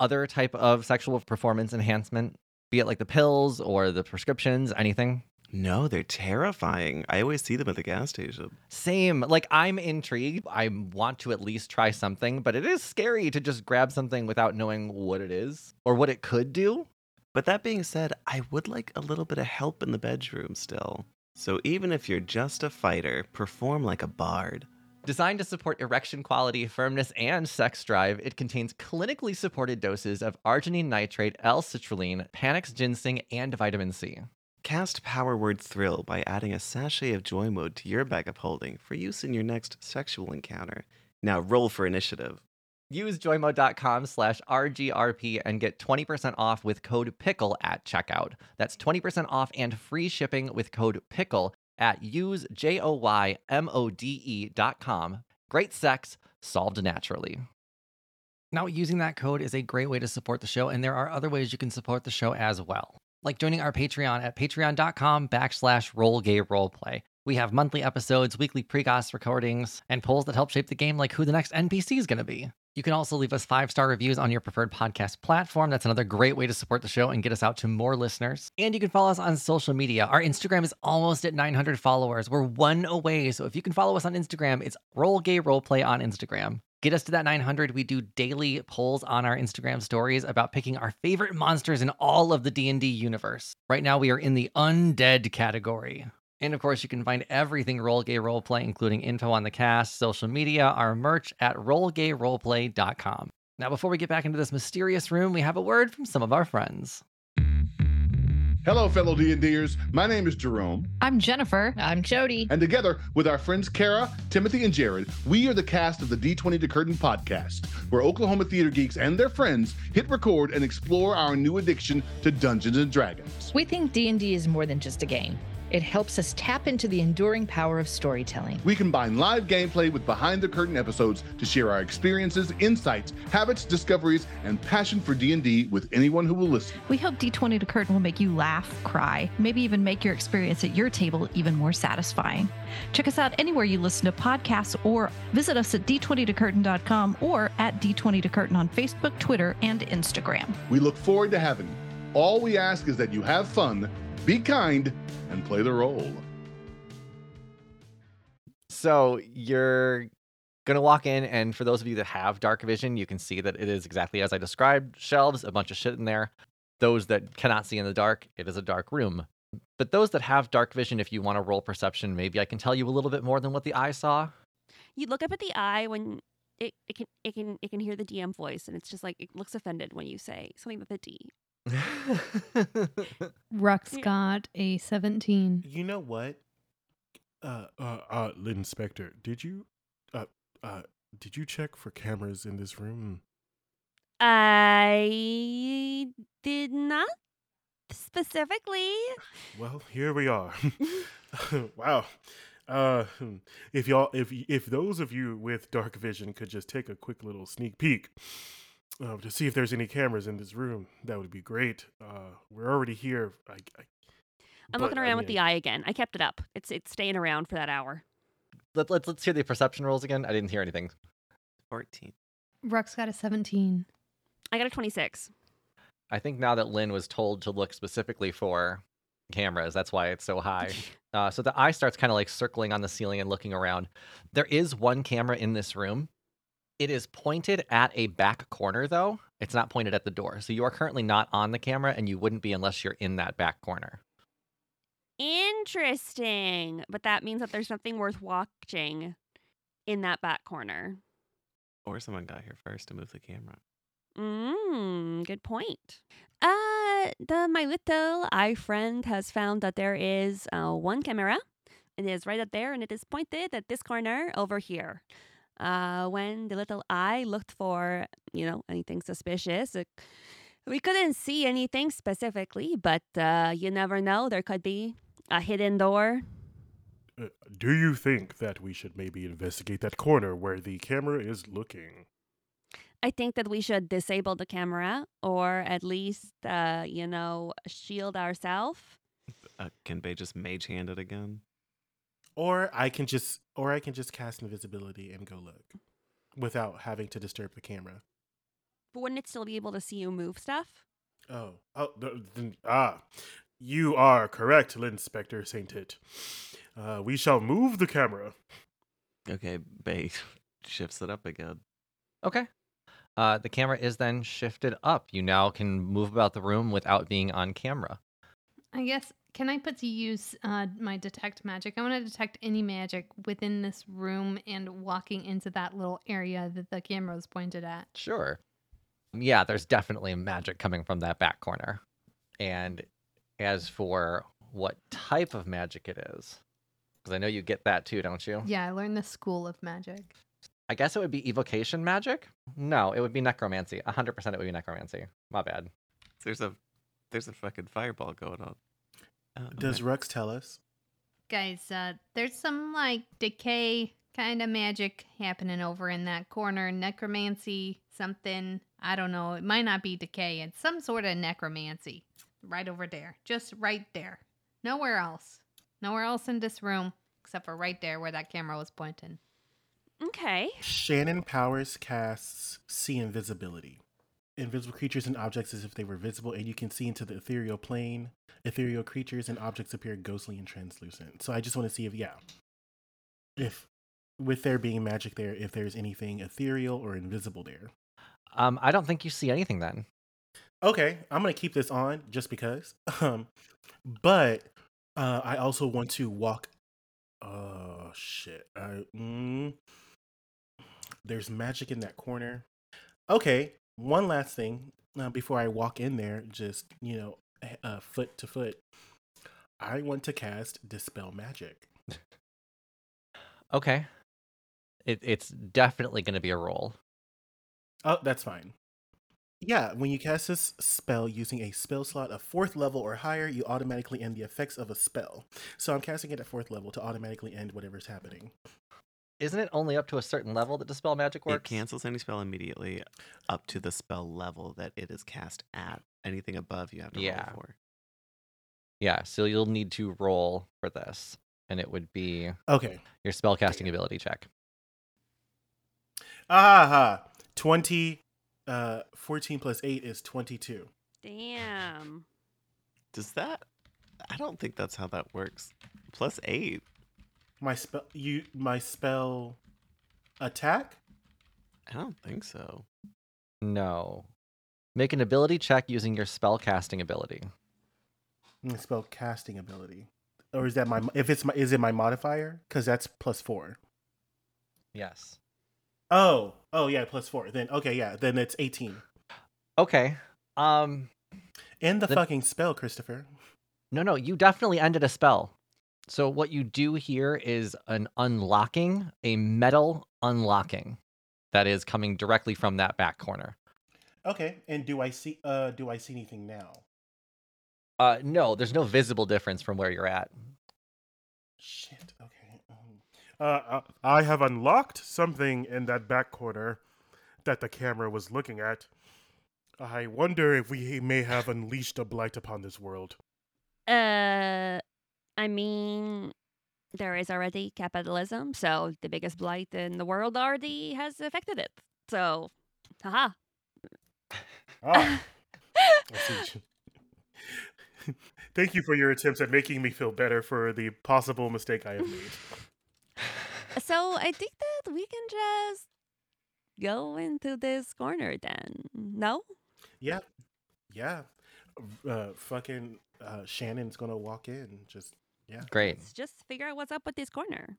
Speaker 3: other type of sexual performance enhancement, be it like the pills or the prescriptions, anything?
Speaker 4: No, they're terrifying. I always see them at the gas station.
Speaker 3: Same. Like I'm intrigued. I want to at least try something, but it is scary to just grab something without knowing what it is or what it could do.
Speaker 4: But that being said, I would like a little bit of help in the bedroom still. So even if you're just a fighter, perform like a bard.
Speaker 3: Designed to support erection quality, firmness, and sex drive, it contains clinically supported doses of arginine nitrate, L-citrulline, panax ginseng, and vitamin C.
Speaker 4: Cast Power Word Thrill by adding a sachet of joy mode to your bag of holding for use in your next sexual encounter. Now roll for initiative.
Speaker 3: Use joymode.com slash RGRP and get 20% off with code PICKLE at checkout. That's 20% off and free shipping with code PICKLE at usejoymode.com. E Great sex solved naturally. Now, using that code is a great way to support the show, and there are other ways you can support the show as well, like joining our Patreon at patreon.com backslash rollgayroleplay. We have monthly episodes, weekly pregos recordings, and polls that help shape the game, like who the next NPC is going to be. You can also leave us five star reviews on your preferred podcast platform. That's another great way to support the show and get us out to more listeners. And you can follow us on social media. Our Instagram is almost at 900 followers. We're one away. So if you can follow us on Instagram, it's Roll Gay Roleplay on Instagram. Get us to that 900. We do daily polls on our Instagram stories about picking our favorite monsters in all of the D&D universe. Right now we are in the undead category. And of course, you can find everything Roll Gay Roleplay, including info on the cast, social media, our merch at rollgayroleplay.com. Now, before we get back into this mysterious room, we have a word from some of our friends.
Speaker 8: Hello, fellow D&Ders. My name is Jerome.
Speaker 9: I'm Jennifer. I'm Jody.
Speaker 8: And together with our friends Kara, Timothy, and Jared, we are the cast of the D20 to Curtain podcast, where Oklahoma theater geeks and their friends hit record and explore our new addiction to Dungeons and Dragons.
Speaker 9: We think D&D is more than just a game. It helps us tap into the enduring power of storytelling.
Speaker 8: We combine live gameplay with behind the curtain episodes to share our experiences, insights, habits, discoveries, and passion for D&D with anyone who will listen.
Speaker 10: We hope D20 to Curtain will make you laugh, cry, maybe even make your experience at your table even more satisfying. Check us out anywhere you listen to podcasts or visit us at d20tocurtain.com or at d20tocurtain on Facebook, Twitter, and Instagram.
Speaker 8: We look forward to having you. All we ask is that you have fun, be kind, and play the role.
Speaker 3: So you're gonna walk in, and for those of you that have dark vision, you can see that it is exactly as I described: shelves, a bunch of shit in there. Those that cannot see in the dark, it is a dark room. But those that have dark vision, if you want to roll perception, maybe I can tell you a little bit more than what the eye saw.
Speaker 5: You look up at the eye when it, it can it can it can hear the DM voice, and it's just like it looks offended when you say something with a D.
Speaker 6: Ruck's got a 17.
Speaker 2: You know what? Uh, uh, uh, Lid Inspector, did you, uh, uh, did you check for cameras in this room?
Speaker 5: I did not specifically.
Speaker 2: Well, here we are. [LAUGHS] wow. Uh, hmm. if y'all, if if those of you with dark vision could just take a quick little sneak peek uh, to see if there's any cameras in this room, that would be great. Uh, we're already here. I, I,
Speaker 5: I'm looking around with the eye again. I kept it up. It's it's staying around for that hour.
Speaker 3: Let, let's let's hear the perception rolls again. I didn't hear anything.
Speaker 4: 14.
Speaker 6: Ruck's got a 17.
Speaker 5: I got a 26.
Speaker 3: I think now that Lynn was told to look specifically for cameras, that's why it's so high. Uh, so the eye starts kind of like circling on the ceiling and looking around. There is one camera in this room. It is pointed at a back corner, though. It's not pointed at the door. So you are currently not on the camera, and you wouldn't be unless you're in that back corner.
Speaker 5: Interesting. But that means that there's nothing worth watching in that back corner.
Speaker 4: Or someone got here first to move the camera.
Speaker 5: Mm, good point. Uh, the my little eye friend has found that there is uh, one camera. It is right up there, and it is pointed at this corner over here. Uh, when the little eye looked for, you know, anything suspicious, it, we couldn't see anything specifically, but uh, you never know. There could be a hidden door.
Speaker 2: Uh, do you think that we should maybe investigate that corner where the camera is looking?
Speaker 5: I think that we should disable the camera or at least, uh, you know, shield ourselves.
Speaker 4: Uh, can Bay just mage hand it again?
Speaker 2: Or I can just, or I can just cast invisibility and go look without having to disturb the camera.
Speaker 5: But wouldn't it still be able to see you move stuff?
Speaker 2: Oh, oh, th- th- ah, you are correct, Inspector Saint It. Uh, we shall move the camera.
Speaker 4: Okay, Bay [LAUGHS] shifts it up again.
Speaker 3: Okay. Uh, the camera is then shifted up. You now can move about the room without being on camera.
Speaker 6: I guess, can I put to use uh, my detect magic? I want to detect any magic within this room and walking into that little area that the camera was pointed at.
Speaker 3: Sure. Yeah, there's definitely magic coming from that back corner. And as for what type of magic it is, because I know you get that too, don't you?
Speaker 6: Yeah, I learned the school of magic.
Speaker 3: I guess it would be evocation magic. No, it would be necromancy. 100% it would be necromancy. My bad.
Speaker 4: There's a there's a fucking fireball going on. Oh,
Speaker 2: Does
Speaker 4: okay.
Speaker 2: Rex tell us?
Speaker 6: Guys, uh, there's some like decay kind of magic happening over in that corner. Necromancy, something. I don't know. It might not be decay. It's some sort of necromancy right over there. Just right there. Nowhere else. Nowhere else in this room except for right there where that camera was pointing.
Speaker 5: Okay.
Speaker 2: Shannon Powers casts See Invisibility. Invisible creatures and objects as if they were visible, and you can see into the ethereal plane. Ethereal creatures and objects appear ghostly and translucent. So I just want to see if, yeah, if with there being magic there, if there's anything ethereal or invisible there.
Speaker 3: Um, I don't think you see anything then.
Speaker 2: Okay, I'm gonna keep this on just because. [LAUGHS] Um, but uh, I also want to walk. Oh shit! I, mm, there's magic in that corner. Okay, one last thing uh, before I walk in there, just you know, uh, foot to foot. I want to cast Dispel Magic.
Speaker 3: Okay. It, it's definitely going to be a roll.
Speaker 2: Oh, that's fine. Yeah, when you cast this spell using a spell slot of fourth level or higher, you automatically end the effects of a spell. So I'm casting it at fourth level to automatically end whatever's happening.
Speaker 3: Isn't it only up to a certain level that dispel magic works?
Speaker 4: It cancels any spell immediately up to the spell level that it is cast at. Anything above you have to
Speaker 3: Yeah.
Speaker 4: roll for.
Speaker 3: Yeah, so you'll need to roll for this, and it would be
Speaker 2: Okay.
Speaker 3: your spellcasting ability check.
Speaker 2: Aha. 20 uh 14 plus 8 is 22.
Speaker 5: Damn.
Speaker 4: Does that? I don't think that's how that works. Plus eight.
Speaker 2: My spell you my spell attack?
Speaker 4: I don't think so.
Speaker 3: No. Make an ability check using your spellcasting ability.
Speaker 2: My spell casting ability. Or is that my if it's my is it my modifier? Cuz that's plus 4.
Speaker 3: Yes.
Speaker 2: Oh, oh yeah, plus 4. Then okay, yeah, then it's 18.
Speaker 3: Okay. Um
Speaker 2: And the
Speaker 3: The-
Speaker 2: fucking spell, Christopher.
Speaker 3: no no, you definitely ended a spell. So what you do here is an unlocking, a metal unlocking that is coming directly from that back corner.
Speaker 2: Okay, and do I see uh do I see anything now?
Speaker 3: Uh no, there's no visible difference from where you're at.
Speaker 2: Shit. Okay. Um, uh, I have unlocked something in that back corner that the camera was looking at. I wonder if we may have unleashed a blight upon this world.
Speaker 5: Uh, I mean, there is already capitalism, so the biggest blight in the world already has affected it. So, haha.
Speaker 2: Ah, I see. [LAUGHS] Thank you for your attempts at making me feel better for the possible mistake I have made.
Speaker 5: [LAUGHS] so I think that we can just go into this corner then. No?
Speaker 2: Yeah. Yeah. Uh, fucking uh, Shannon's gonna walk in. Just
Speaker 3: Great.
Speaker 5: Let's just figure out what's up with this corner.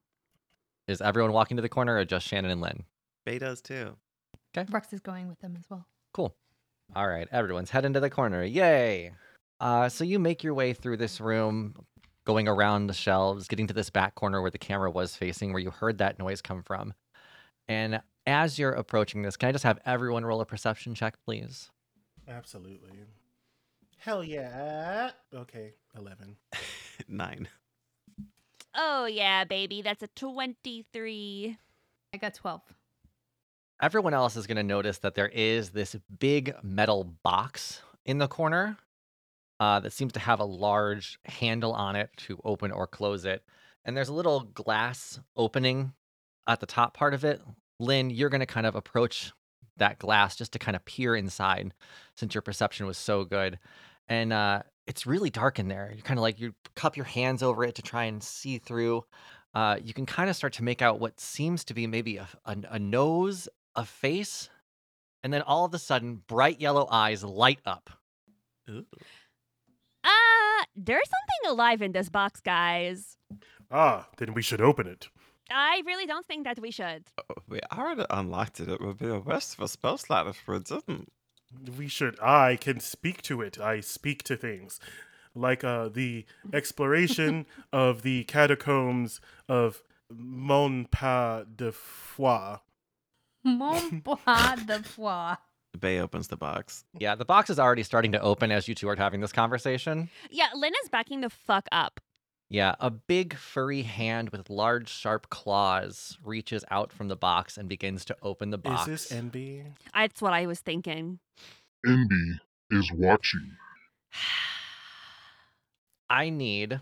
Speaker 3: Is everyone walking to the corner or just Shannon and Lynn?
Speaker 4: Bay does too. [LAUGHS]
Speaker 6: Rex is going with them as well.
Speaker 3: Cool. All right, everyone's heading to the corner. Yay! Uh, so you make your way through this room, going around the shelves, getting to this back corner where the camera was facing, where you heard that noise come from. And as you're approaching this, can I just have everyone roll a perception check, please?
Speaker 2: absolutely. Hell yeah. Okay. Eleven.
Speaker 4: Nine.
Speaker 5: Oh, yeah, baby. That's a 23.
Speaker 6: I got 12.
Speaker 3: Everyone else is going to notice that there is this big metal box in the corner uh, that seems to have a large handle on it to open or close it. And there's a little glass opening at the top part of it. Lynn, you're going to kind of approach that glass just to kind of peer inside since your perception was so good. And uh, it's really dark in there. You're kind of like, you cup your hands over it to try and see through. Uh, you can kind of start to make out what seems to be maybe a, a, a nose, a face, and then all of a sudden, bright yellow eyes light up.
Speaker 4: Ooh.
Speaker 5: Ah, there's something alive in this box, guys.
Speaker 2: Ah, then we should open it.
Speaker 5: I really don't think that we should.
Speaker 6: Oh.
Speaker 4: We already unlocked it. It would be a waste of a spell slot if we didn't.
Speaker 2: we should i can speak to it i speak to things like uh the [LAUGHS] exploration of the catacombs of monpa de foi
Speaker 6: Mon bois de foie.
Speaker 4: Bay opens the box.
Speaker 3: Yeah, the box is already starting to open as you two are having this conversation.
Speaker 5: Yeah, Lynn is backing the fuck up.
Speaker 3: Yeah, a big furry hand with large, sharp claws reaches out from the box and begins to open the box.
Speaker 2: is this envy
Speaker 5: That's what I was thinking.
Speaker 8: Envy is watching.
Speaker 3: I need.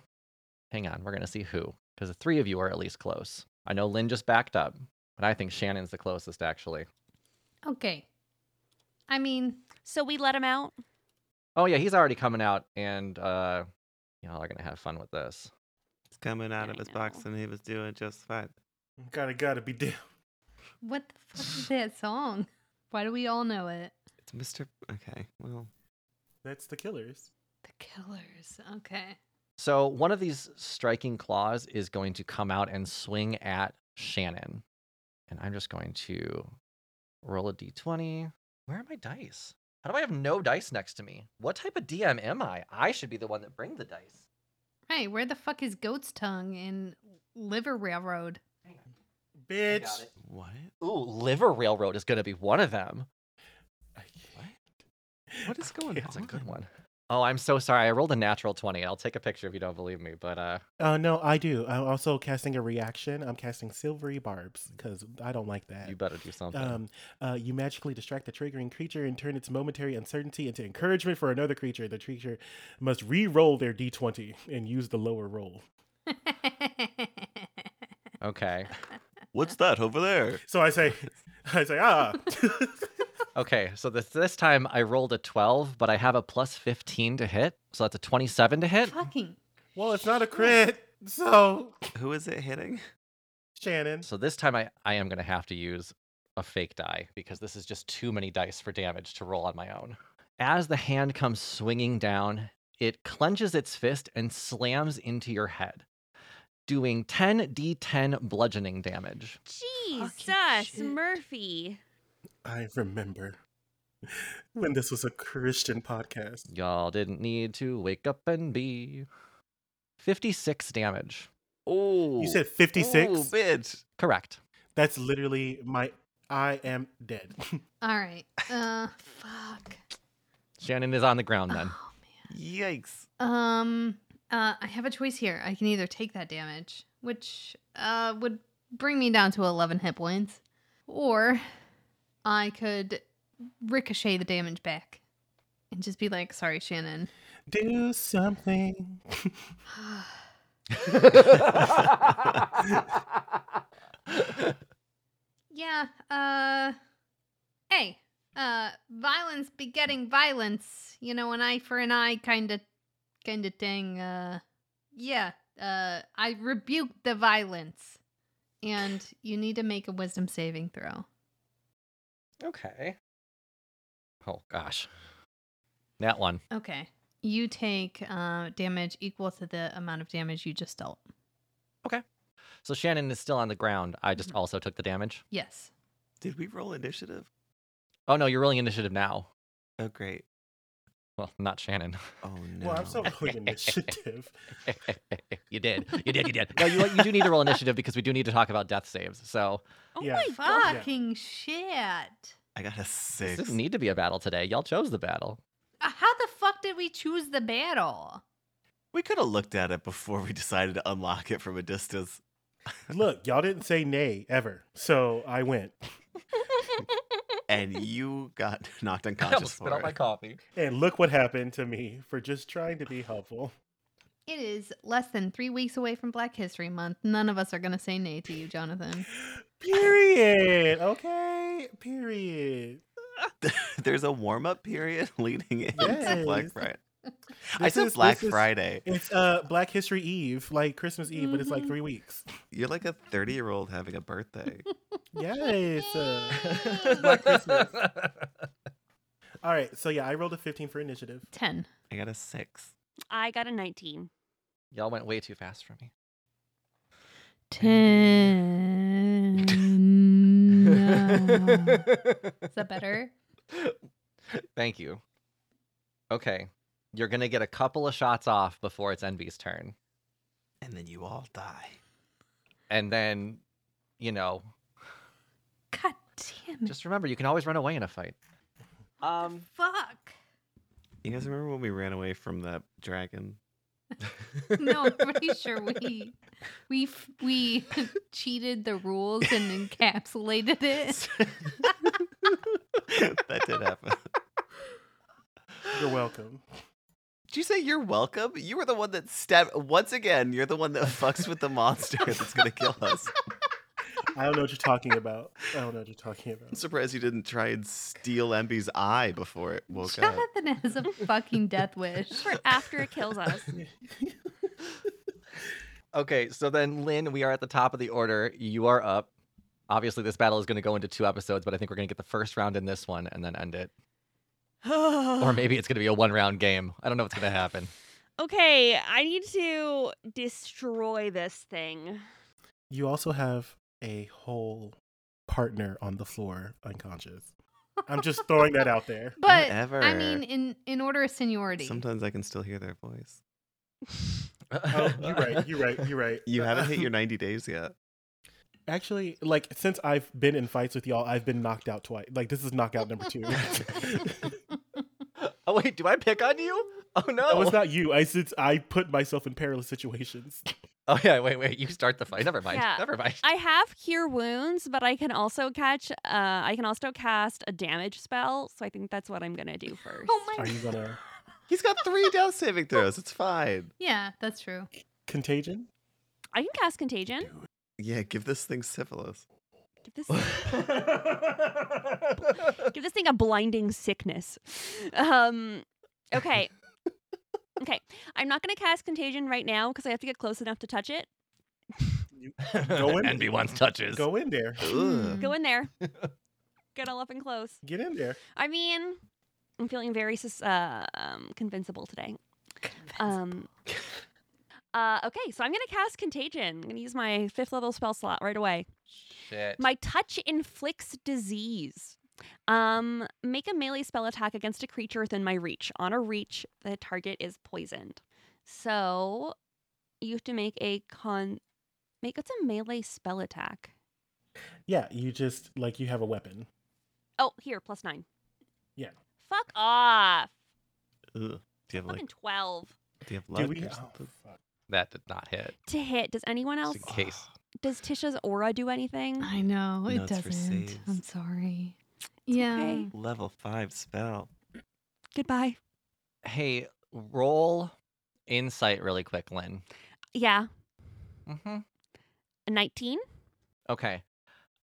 Speaker 3: Hang on, we're gonna see who, because the three of you are at least close. I know Lynn just backed up, but I think Shannon's the closest actually.
Speaker 6: [SIGHS] Okay. I mean,
Speaker 5: So we let him out.
Speaker 3: Oh yeah, he's already coming out, and uh, y'all are gonna have fun with this.
Speaker 4: It's coming out of
Speaker 5: I
Speaker 4: his box
Speaker 5: know.
Speaker 4: and he was doing just fine.
Speaker 2: gotta gotta be down
Speaker 6: what the fuck is that song? Why do we all know it?
Speaker 4: It's Mr. Okay, well.
Speaker 2: that's the killers
Speaker 6: The Killers. Okay.
Speaker 3: So one of these striking claws is going to come out and swing at Shannon, and I'm just going to roll a d20. Where are my dice? How do I have no dice next to me? What type of DM am I? I should be the one that bring the dice.
Speaker 6: Right, where the fuck is Goat's Tongue in Liver Railroad?
Speaker 3: I
Speaker 2: Bitch.
Speaker 3: got it.
Speaker 4: What?
Speaker 3: Ooh, Liver Railroad is going to be one of them.
Speaker 2: I can't.
Speaker 4: What is
Speaker 2: I
Speaker 4: going
Speaker 2: can't.
Speaker 4: on?
Speaker 3: That's a good one. Oh, I'm so sorry. I rolled a natural 20. I'll take a picture if you don't believe me, but uh
Speaker 2: Uh, no, I do. I'm also casting a reaction. I'm casting Silvery Barbs because I don't like that.
Speaker 3: you better do something.
Speaker 2: Um, uh, you magically distract the triggering creature and turn its momentary uncertainty into encouragement for another creature. The creature must re-roll their d20 and use the lower roll.
Speaker 3: okay.
Speaker 4: What's that over there?
Speaker 2: So I say, [LAUGHS] I say, ah, [LAUGHS]
Speaker 3: Okay, so this this time I rolled a 12, but I have a plus 15 to hit. So that's a 27 to hit.
Speaker 6: Fucking.
Speaker 2: well, it's not a crit. So [LAUGHS]
Speaker 4: Who is it hitting?
Speaker 2: Shannon,
Speaker 3: So this time I, I am going to have to use a fake die because this is just too many dice for damage to roll on my own. As the hand comes swinging down, it clenches its fist and slams into your head, doing 10 d10 bludgeoning damage.
Speaker 5: Jesus,
Speaker 9: shit.
Speaker 5: Murphy.
Speaker 2: I remember when this was a Christian podcast.
Speaker 3: Y'all didn't need to wake up and be 56 damage.
Speaker 4: Oh,
Speaker 2: You said 56.
Speaker 4: Oh, bitch.
Speaker 3: Correct.
Speaker 2: That's literally my. I am dead. [LAUGHS]
Speaker 6: All right. Uh, [SIGHS] fuck.
Speaker 3: Shannon is on the ground then.
Speaker 6: Oh, man.
Speaker 4: Yikes.
Speaker 6: Um, uh, I have a choice here. I can either take that damage, which uh, would bring me down to 11 hit points, or I could ricochet the damage back and just be like, sorry, Shannon.
Speaker 2: Do something.
Speaker 6: [LAUGHS] yeah, uh, hey, uh, violence begetting violence, you know, an eye for an eye kind of kind of thing. Uh, yeah, uh, I rebuke the violence. And you need to make a wisdom saving throw.
Speaker 3: okay. Oh gosh. That one.
Speaker 6: Okay. You take uh, damage equal to the amount of damage you just dealt.
Speaker 3: So Shannon is still on the ground. I just
Speaker 6: Mhm.
Speaker 3: also took the damage.
Speaker 6: Yes.
Speaker 4: Did we roll initiative?
Speaker 3: Oh no, you're rolling initiative now.
Speaker 4: Oh, great.
Speaker 3: Well, not Shannon. [LAUGHS]
Speaker 4: Oh, no.
Speaker 2: Well, I'm so good [LAUGHS]
Speaker 4: [LAUGHS]
Speaker 2: initiative.
Speaker 3: you did. You did. You did. No, you, you do need to roll initiative because we do need to talk about death saves. So
Speaker 5: Oh
Speaker 2: Yeah.
Speaker 5: my god.
Speaker 6: Fucking shit.
Speaker 4: I got a
Speaker 3: this
Speaker 4: six.
Speaker 3: doesn't need to be a battle today. Y'all chose the [LAUGHS] battle.
Speaker 6: Uh, How the fuck did we choose the battle?
Speaker 4: we could have looked at it before we decided to unlock it from a distance.
Speaker 2: Look, y'all didn't say nay ever, so I went
Speaker 5: [LAUGHS]
Speaker 4: And you got [LAUGHS] knocked unconscious for
Speaker 3: [LAUGHS]
Speaker 4: it.
Speaker 3: coffee.
Speaker 2: and look what happened to me for just trying to be helpful.
Speaker 6: It is less than three weeks away from Black History Month. None of us are going to say nay to you, Jonathan.
Speaker 2: Period. Okay. Period.
Speaker 4: [LAUGHS] There's a warm up period [LAUGHS] leading into Black
Speaker 2: Yes.
Speaker 4: Friday. I
Speaker 2: This
Speaker 4: said
Speaker 2: is-
Speaker 4: Black
Speaker 2: this is-
Speaker 4: Friday.
Speaker 2: It's uh Black History Eve, like Christmas Eve, but it's like
Speaker 4: Mm-hmm.
Speaker 5: Mhm.
Speaker 2: three weeks.
Speaker 4: You're like a 30 year old having a birthday.
Speaker 2: Yes. Uh, [LAUGHS] Black Christmas. All right. So yeah, I rolled a 15 for initiative.
Speaker 6: 10.
Speaker 4: I got a six.
Speaker 5: I got a
Speaker 6: [LAUGHS]
Speaker 5: 19.
Speaker 3: Y'all went way too fast for me.
Speaker 6: 10. [LAUGHS] Is that better? [LAUGHS]
Speaker 3: Thank you. Okay. You're going to get a couple of shots off before it's Envy's turn.
Speaker 4: [LAUGHS] And then you all die.
Speaker 3: And then, you know,
Speaker 6: God damn it.
Speaker 3: just remember you can always run away in a fight. Um
Speaker 6: fuck.
Speaker 4: You guys remember when we ran away from that dragon?
Speaker 6: No, I'm pretty sure we we f- we [LAUGHS] cheated the rules and encapsulated it.
Speaker 4: [LAUGHS] that did happen.
Speaker 2: You're welcome.
Speaker 4: Did you say you're welcome? You were the one that stabbed. Once again, you're the one that fucks with the
Speaker 6: [LAUGHS]
Speaker 4: monster that's going to kill us.
Speaker 2: I don't know what you're talking about. I don't know what you're talking
Speaker 4: I'm
Speaker 2: about.
Speaker 4: surprised you didn't try and steal Emby's eye before it woke up.
Speaker 6: Jonathan has a fucking death wish.
Speaker 4: [LAUGHS]
Speaker 5: For after it kills
Speaker 6: [LAUGHS]
Speaker 5: us.
Speaker 3: Okay, so then Lynn, we are at the top of the order. You are up. Obviously this battle is going to go into two episodes, but I think we're going to get the first round in this one and then end it. or maybe it's going to be a one round game. I don't know what's going to happen.
Speaker 5: Okay, I need to destroy this thing.
Speaker 2: You also have a whole partner on the floor unconscious. I'm just throwing that out
Speaker 4: [LAUGHS]
Speaker 2: there.
Speaker 6: [LAUGHS] But I
Speaker 4: Whatever.
Speaker 6: mean, in in order of seniority,
Speaker 4: Sometimes I can still hear their voice.
Speaker 2: Oh, you're right. You're right. You're right.
Speaker 4: [LAUGHS]
Speaker 6: [LAUGHS]
Speaker 4: You haven't hit your 90 days yet.
Speaker 2: [LAUGHS] Actually, like since I've been in fights with y'all, I've been knocked out twice. Like this is knockout number
Speaker 4: [LAUGHS]
Speaker 2: two.
Speaker 3: [LAUGHS] Oh wait, do I pick on you? Oh no.
Speaker 2: That was not you. I since I put myself in perilous situations.
Speaker 3: oh yeah, wait, wait. You start the fight. Never mind.
Speaker 5: Yeah.
Speaker 3: Never mind.
Speaker 5: I have cure wounds, but I can also catch. Uh, I can also cast a damage spell, so I think that's what I'm gonna do first.
Speaker 6: oh my,
Speaker 2: Are you
Speaker 4: [LAUGHS]
Speaker 2: gonna
Speaker 4: He's got three death saving throws. It's fine.
Speaker 6: yeah, that's true.
Speaker 2: contagion?
Speaker 5: I can cast contagion.
Speaker 4: Yeah, give this thing syphilis.
Speaker 3: [LAUGHS]
Speaker 5: Give this, give this thing a blinding sickness. Um, okay. Okay, I'm not going to cast Contagion right now because I have to get close enough to touch it.
Speaker 2: Go in.
Speaker 3: NB1 touches.
Speaker 2: Go in there.
Speaker 4: Ugh.
Speaker 5: Go in there. Get all up and close.
Speaker 2: Get in there.
Speaker 5: I mean, I'm feeling very sus- uh, um, convincible today. Um, uh, okay, so I'm going to cast Contagion. I'm going to use my fifth level spell slot right away.
Speaker 3: Shit.
Speaker 5: My touch inflicts disease. Um, make a melee spell attack against a creature within my reach. On a reach, the target is poisoned. So you have to make a con. Make what's a melee spell attack?
Speaker 2: Yeah, you just like you have a weapon.
Speaker 5: Oh, here plus nine.
Speaker 2: Yeah.
Speaker 5: Fuck off.
Speaker 4: Ugh. Do you have
Speaker 5: Fucking
Speaker 4: like?
Speaker 5: twelve
Speaker 4: Do you have
Speaker 2: Do
Speaker 4: luck?
Speaker 2: we?
Speaker 4: or
Speaker 2: Oh,
Speaker 4: something?
Speaker 2: fuck.
Speaker 3: that did not hit.
Speaker 5: to hit. Does anyone
Speaker 3: Just
Speaker 5: else?
Speaker 3: in [SIGHS] case.
Speaker 5: Does Tisha's aura do anything?
Speaker 6: I know it
Speaker 4: No, it's for
Speaker 6: doesn't.
Speaker 4: saves.
Speaker 6: I'm sorry. yeah.
Speaker 5: okay.
Speaker 4: Level five spell.
Speaker 5: Goodbye.
Speaker 1: Hey,
Speaker 3: Roll insight really quick, Lynn.
Speaker 5: Yeah.
Speaker 1: mm-hmm.
Speaker 5: A Nineteen.
Speaker 1: okay.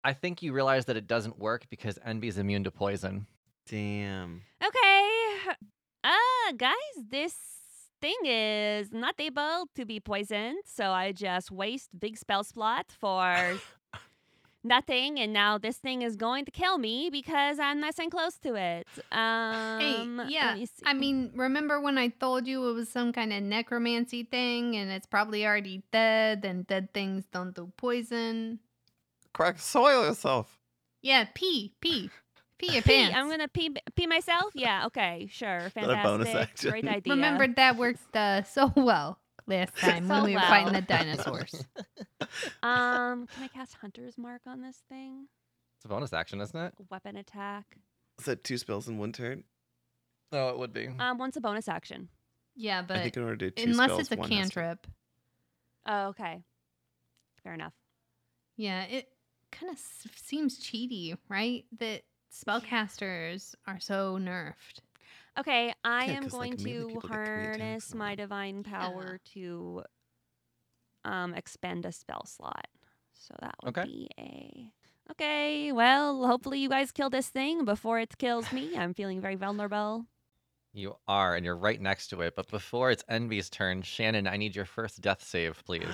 Speaker 1: I think you realize that it doesn't work because Envy's immune to poison.
Speaker 4: Damn.
Speaker 5: Okay. Uh, guys, this thing is not able to be poisoned, so I just waste big spell slot for nothing, and now this thing is going to kill me because I'm nice and close to it. Um, let
Speaker 6: yeah,
Speaker 5: me see.
Speaker 6: I mean, remember when I told you it was some kind of necromancy thing and it's probably already dead and dead things don't do poison?
Speaker 4: Crack soil yourself.
Speaker 6: Yeah, pee, pee, [LAUGHS] pee your
Speaker 5: pee.
Speaker 6: pants.
Speaker 5: I'm gonna pee pee myself. Yeah. Okay. Sure.
Speaker 4: Not a bonus
Speaker 5: Fantastic.
Speaker 4: [LAUGHS]
Speaker 5: Great
Speaker 4: action.
Speaker 5: idea.
Speaker 6: Remember that worked uh, so well [LAUGHS] last time
Speaker 5: So
Speaker 6: when we were
Speaker 5: well.
Speaker 6: [LAUGHS] fighting the dinosaurs.
Speaker 5: Um, can I cast Hunter's Mark on this thing?
Speaker 3: It's a bonus action, isn't it?
Speaker 5: Weapon attack.
Speaker 4: Is that two spells in one turn?
Speaker 3: No, it would be.
Speaker 5: Um, once a bonus action.
Speaker 6: yeah,
Speaker 4: I
Speaker 6: but
Speaker 4: think in order to do two
Speaker 6: unless
Speaker 4: spells,
Speaker 6: it's a
Speaker 4: one has to-
Speaker 6: cantrip,
Speaker 5: Oh, okay. Fair enough.
Speaker 6: yeah, it kind of s- seems cheaty, right? That spellcasters are so nerfed.
Speaker 5: Okay, I
Speaker 4: Yeah,
Speaker 5: am
Speaker 4: 'cause, like,
Speaker 5: going
Speaker 4: melee
Speaker 5: to
Speaker 4: people get three attacks
Speaker 5: harness
Speaker 4: and
Speaker 5: my
Speaker 4: all that.
Speaker 5: divine power to um expend a spell slot. So that would
Speaker 1: Okay.
Speaker 5: be a Okay, well, hopefully you guys kill this thing before it kills me. I'm feeling very vulnerable.
Speaker 3: You are, and you're right next to it. But before it's Envy's turn, Shannon, I need your first death save,
Speaker 5: [GASPS]
Speaker 3: please.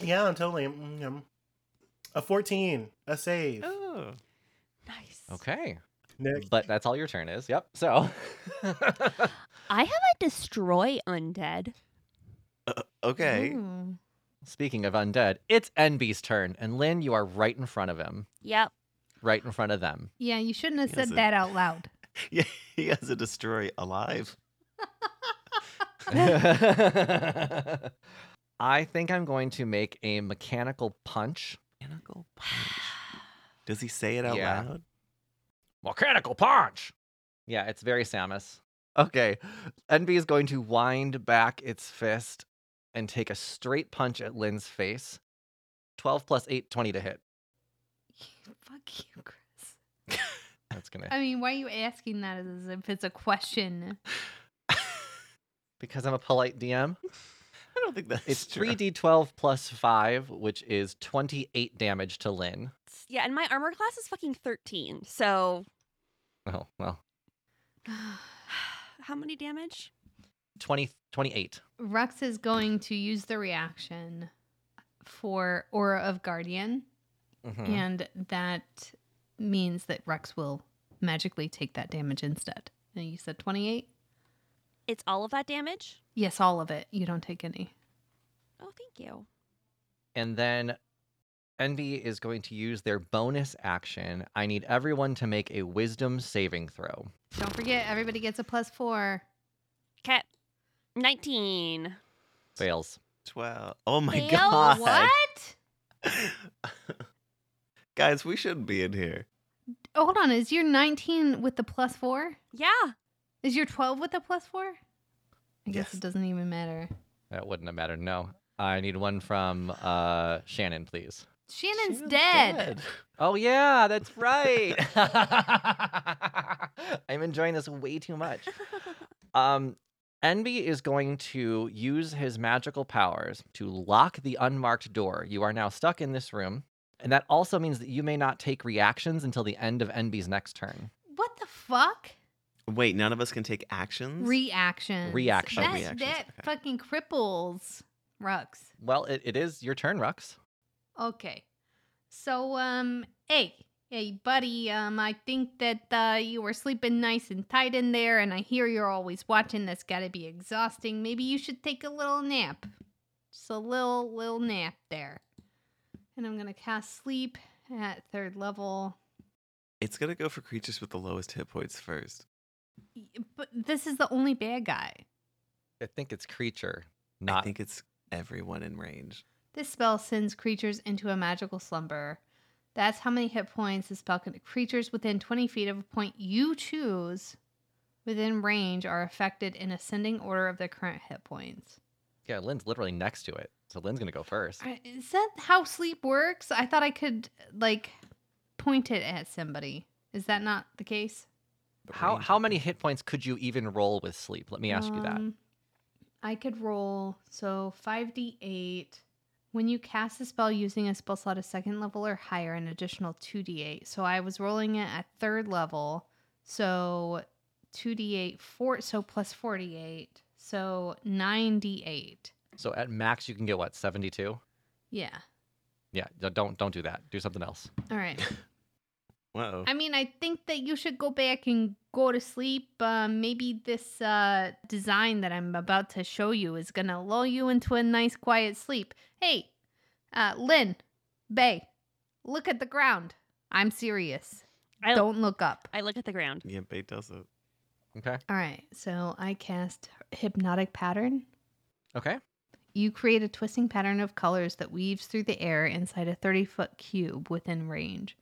Speaker 4: [SIGHS]
Speaker 2: Yeah, I'm totally. mm, yum. A fourteen, a save.
Speaker 4: oh.
Speaker 5: Nice.
Speaker 3: Okay.
Speaker 2: Next,
Speaker 3: But that's all your turn is. Yep. So. [LAUGHS]
Speaker 5: I have a destroy undead.
Speaker 4: Okay.
Speaker 6: Ooh.
Speaker 3: Speaking of undead, it's Envy's turn, and Lynn, you are right in front of him,
Speaker 5: Yep.
Speaker 3: right in front of [LAUGHS] them.
Speaker 6: Yeah, you shouldn't have
Speaker 4: Yes,
Speaker 6: said
Speaker 4: it-
Speaker 6: that out loud.
Speaker 4: [LAUGHS] Yeah, he has a destroy alive.
Speaker 3: I think I'm going to make a mechanical punch.
Speaker 4: [SIGHS] Mechanical punch. Does he say it out
Speaker 3: Yeah.
Speaker 4: loud?
Speaker 3: Mechanical punch. Yeah, it's very Samus. Okay, Envy is going to wind back its fist and take a straight punch at Lynn's face. 12 plus 8, 20 to hit.
Speaker 6: [LAUGHS] Fuck you, Chris.
Speaker 3: That's
Speaker 10: [LAUGHS]
Speaker 3: gonna
Speaker 6: I mean, why are you asking that as if it's a question? [SIGHS]
Speaker 3: because I'm a polite DM.
Speaker 4: I don't think that's
Speaker 3: It's
Speaker 4: true. [LAUGHS]
Speaker 3: 3d12 plus 5, which is 28 damage to Lynn.
Speaker 5: S- Yeah, and my armor class is fucking 13. So, [SIGHS]
Speaker 3: Oh, well,
Speaker 5: how many damage?
Speaker 3: 20, 28.
Speaker 6: Rux is going to use the reaction for Aura of Guardian,
Speaker 4: Hmm.
Speaker 3: Mhm.
Speaker 6: and that means that Rux will magically take that damage instead. And you said 28?
Speaker 5: It's all of that damage?
Speaker 6: Yes, all of it. You don't take any.
Speaker 5: Oh, thank you.
Speaker 3: And then Envy is going to use their bonus action. I need everyone to make a wisdom saving throw.
Speaker 10: Don't forget, everybody gets a plus four.
Speaker 5: Okay. 19.
Speaker 3: Fails.
Speaker 4: 12. Oh my
Speaker 5: Fail?
Speaker 4: god.
Speaker 10: What?
Speaker 4: [LAUGHS] Guys, we shouldn't be in here.
Speaker 10: Oh, hold on. Is your 19 with the plus four?
Speaker 5: Yeah.
Speaker 10: Is your 12 with the plus four? I guess
Speaker 4: Yes.
Speaker 10: it doesn't even matter.
Speaker 3: That wouldn't have mattered. No. I need one from uh, Shannon, please.
Speaker 10: Shannon's,
Speaker 4: Shannon's
Speaker 10: dead.
Speaker 3: Oh, yeah, that's [LAUGHS] right. I'm enjoying this way too much. Um, Envy is going to use his magical powers to lock the unmarked door. You are now stuck in this room. And that also means that you may not take reactions until the end of Envy's next turn.
Speaker 10: What the fuck?
Speaker 4: Wait, none of us can take actions?
Speaker 10: Reactions.
Speaker 3: Reactions.
Speaker 10: That,
Speaker 4: Oh, Reactions,
Speaker 10: that
Speaker 4: okay.
Speaker 10: fucking cripples Rux.
Speaker 3: Well, it, it is your turn, Rux.
Speaker 10: Okay. So, um, hey, hey, buddy, um, I think that uh, you were sleeping nice and tight in there, and I hear you're always watching. That's gotta be exhausting. Maybe you should take a little nap. Just a little, little nap there. And I'm gonna cast sleep at third level.
Speaker 4: It's going to go for creatures with the lowest hit points first.
Speaker 10: Y- But this is the only bad guy.
Speaker 3: I think it's creature,
Speaker 4: I
Speaker 3: not
Speaker 4: think it's everyone in range.
Speaker 10: This spell sends creatures into a magical slumber. That's how many hit points the spell can. Creatures within 20 feet of a point you choose within range are affected in ascending order of their current hit points.
Speaker 3: Yeah, Lynn's literally next to it. So Lynn's going to go first.
Speaker 10: I- Is that how sleep works? I thought I could, like, point it at somebody. Is that not the case?
Speaker 4: The
Speaker 3: How,
Speaker 4: range,
Speaker 3: how
Speaker 4: I
Speaker 3: many
Speaker 4: think.
Speaker 3: hit points could you even roll with sleep? Let me ask you that.
Speaker 10: Um, I could roll so 5d8. When you cast a spell using a spell slot of second level or higher, an additional 2d8. So I was rolling it at third level. So 2d8, four, so plus 48. So 9d8.
Speaker 3: So at max, you can get what, 72?
Speaker 10: Yeah.
Speaker 3: Yeah, d- don't don't do that. Do something else.
Speaker 10: All right.
Speaker 4: Whoa.
Speaker 10: I mean, I think that you should go back and go to sleep. Um, maybe this uh, design that I'm about to show you is going to lull you into a nice, quiet sleep. Hey, uh, Lynn, Bay, look at the ground. I'm serious.
Speaker 5: I,
Speaker 10: Don't look up.
Speaker 5: [LAUGHS] I look at the ground.
Speaker 4: Yeah, Bait does it.
Speaker 3: Okay.
Speaker 10: All right, so I cast Hypnotic Pattern.
Speaker 3: Okay.
Speaker 10: You create a twisting pattern of colors that weaves through the air inside a 30 foot cube within range.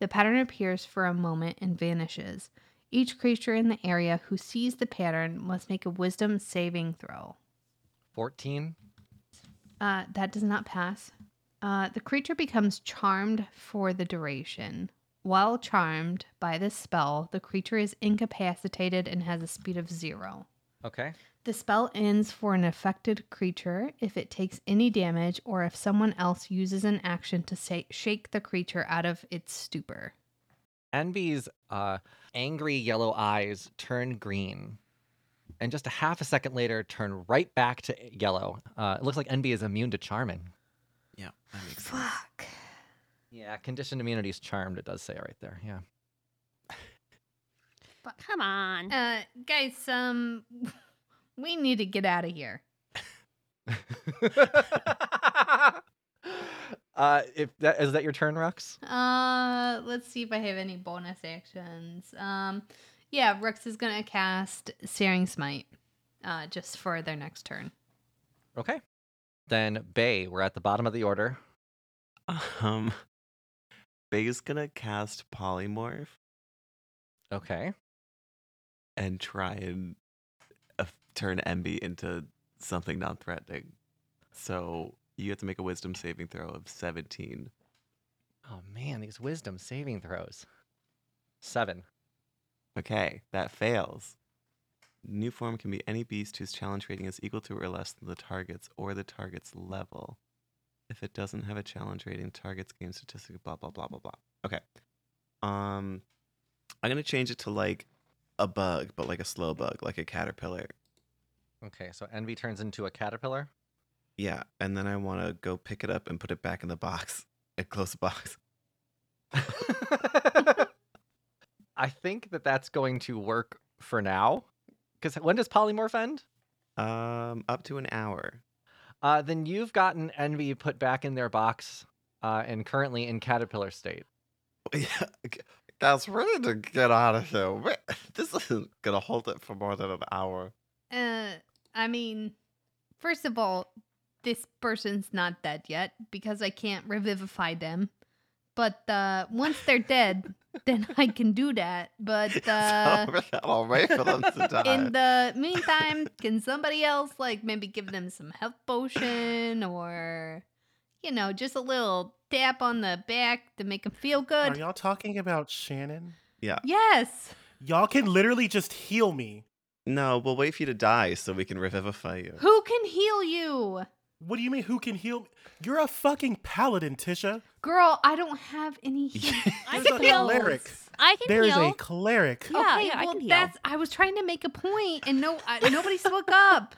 Speaker 10: The pattern appears for a moment and vanishes. Each creature in the area who sees the pattern must make a wisdom saving throw.
Speaker 3: 14.
Speaker 10: Uh, that does not pass. Uh, the creature becomes charmed for the duration. While charmed by this spell, the creature is incapacitated and has a speed of zero.
Speaker 3: Okay.
Speaker 10: The spell ends for an affected creature if it takes any damage or if someone else uses an action to sa- shake the creature out of its stupor.
Speaker 3: Envy's uh, angry yellow eyes turn green. And just a half a second later, turn right back to yellow. Uh, it looks like Envy is immune to Charmin.
Speaker 4: Yeah, that makes sense.
Speaker 10: Fuck.
Speaker 3: Yeah, conditioned immunity is charmed. It does say right there. Yeah.
Speaker 5: Come on.
Speaker 10: Uh, guys, um, [LAUGHS] we need to get out of here.
Speaker 3: [LAUGHS] uh, if that is that your turn, Rux?
Speaker 10: Uh, let's see if I have any bonus actions. Um, yeah, Rooks is gonna cast Searing Smite, uh, just for their next turn.
Speaker 3: Okay. Then Bay, we're at the bottom of the order.
Speaker 4: [LAUGHS] Um, Bay's going to cast Polymorph
Speaker 3: Okay.
Speaker 4: and try and uh, turn MB into something non threatening. So you have to make a wisdom saving throw of 17.
Speaker 3: Oh man, these wisdom saving throws. Seven.
Speaker 4: Okay, that fails. New form can be any beast whose challenge rating is equal to or less than the target's or the target's level. If it doesn't have a challenge rating, target's game statistic, blah, blah, blah, blah, blah. Okay. Um, I'm going to change it to like a bug, but like a slow bug, like a caterpillar.
Speaker 3: Okay, so Envy turns into a caterpillar.
Speaker 4: Yeah. And then I want to go pick it up and put it back in the box [LAUGHS] and close the box.
Speaker 3: I think that that's going to work for now. Because when does polymorph end?
Speaker 4: Um, up to an hour.
Speaker 3: Uh, then you've gotten Envy put back in their box uh, and currently in caterpillar state.
Speaker 4: [LAUGHS] Guys, we need to get out of here. We- [LAUGHS] This isn't gonna hold it for more than an hour.
Speaker 6: Uh, I mean, first of all, this person's not dead yet because I can't revivify them. But uh, once
Speaker 2: [LAUGHS]
Speaker 6: they're dead, then I can do that. But
Speaker 4: [LAUGHS]
Speaker 6: uh,
Speaker 4: so I'll wait for them to die.
Speaker 6: [LAUGHS] in the meantime, can somebody else like maybe give them some health potion or, you know, just a little tap on the back to make them feel
Speaker 2: Are
Speaker 6: good?
Speaker 2: y'all talking about Shannon?
Speaker 6: yes.
Speaker 2: Y'all can literally just heal me.
Speaker 4: No, we'll wait for you to die so we can revivify
Speaker 6: [LAUGHS]
Speaker 4: you.
Speaker 6: Who can heal you?
Speaker 2: What do you mean? Who can heal? me? You're a fucking paladin, Tisha.
Speaker 6: Girl, I don't have any healing
Speaker 5: I
Speaker 2: There's
Speaker 5: can
Speaker 2: a
Speaker 5: heal.
Speaker 2: cleric.
Speaker 5: I can
Speaker 2: There's
Speaker 5: heal.
Speaker 2: a cleric.
Speaker 5: Yeah,
Speaker 6: okay,
Speaker 5: yeah, I
Speaker 6: well,
Speaker 5: can heal.
Speaker 6: that's I was trying to make a point, and no, I,
Speaker 2: [LAUGHS]
Speaker 6: nobody spoke up.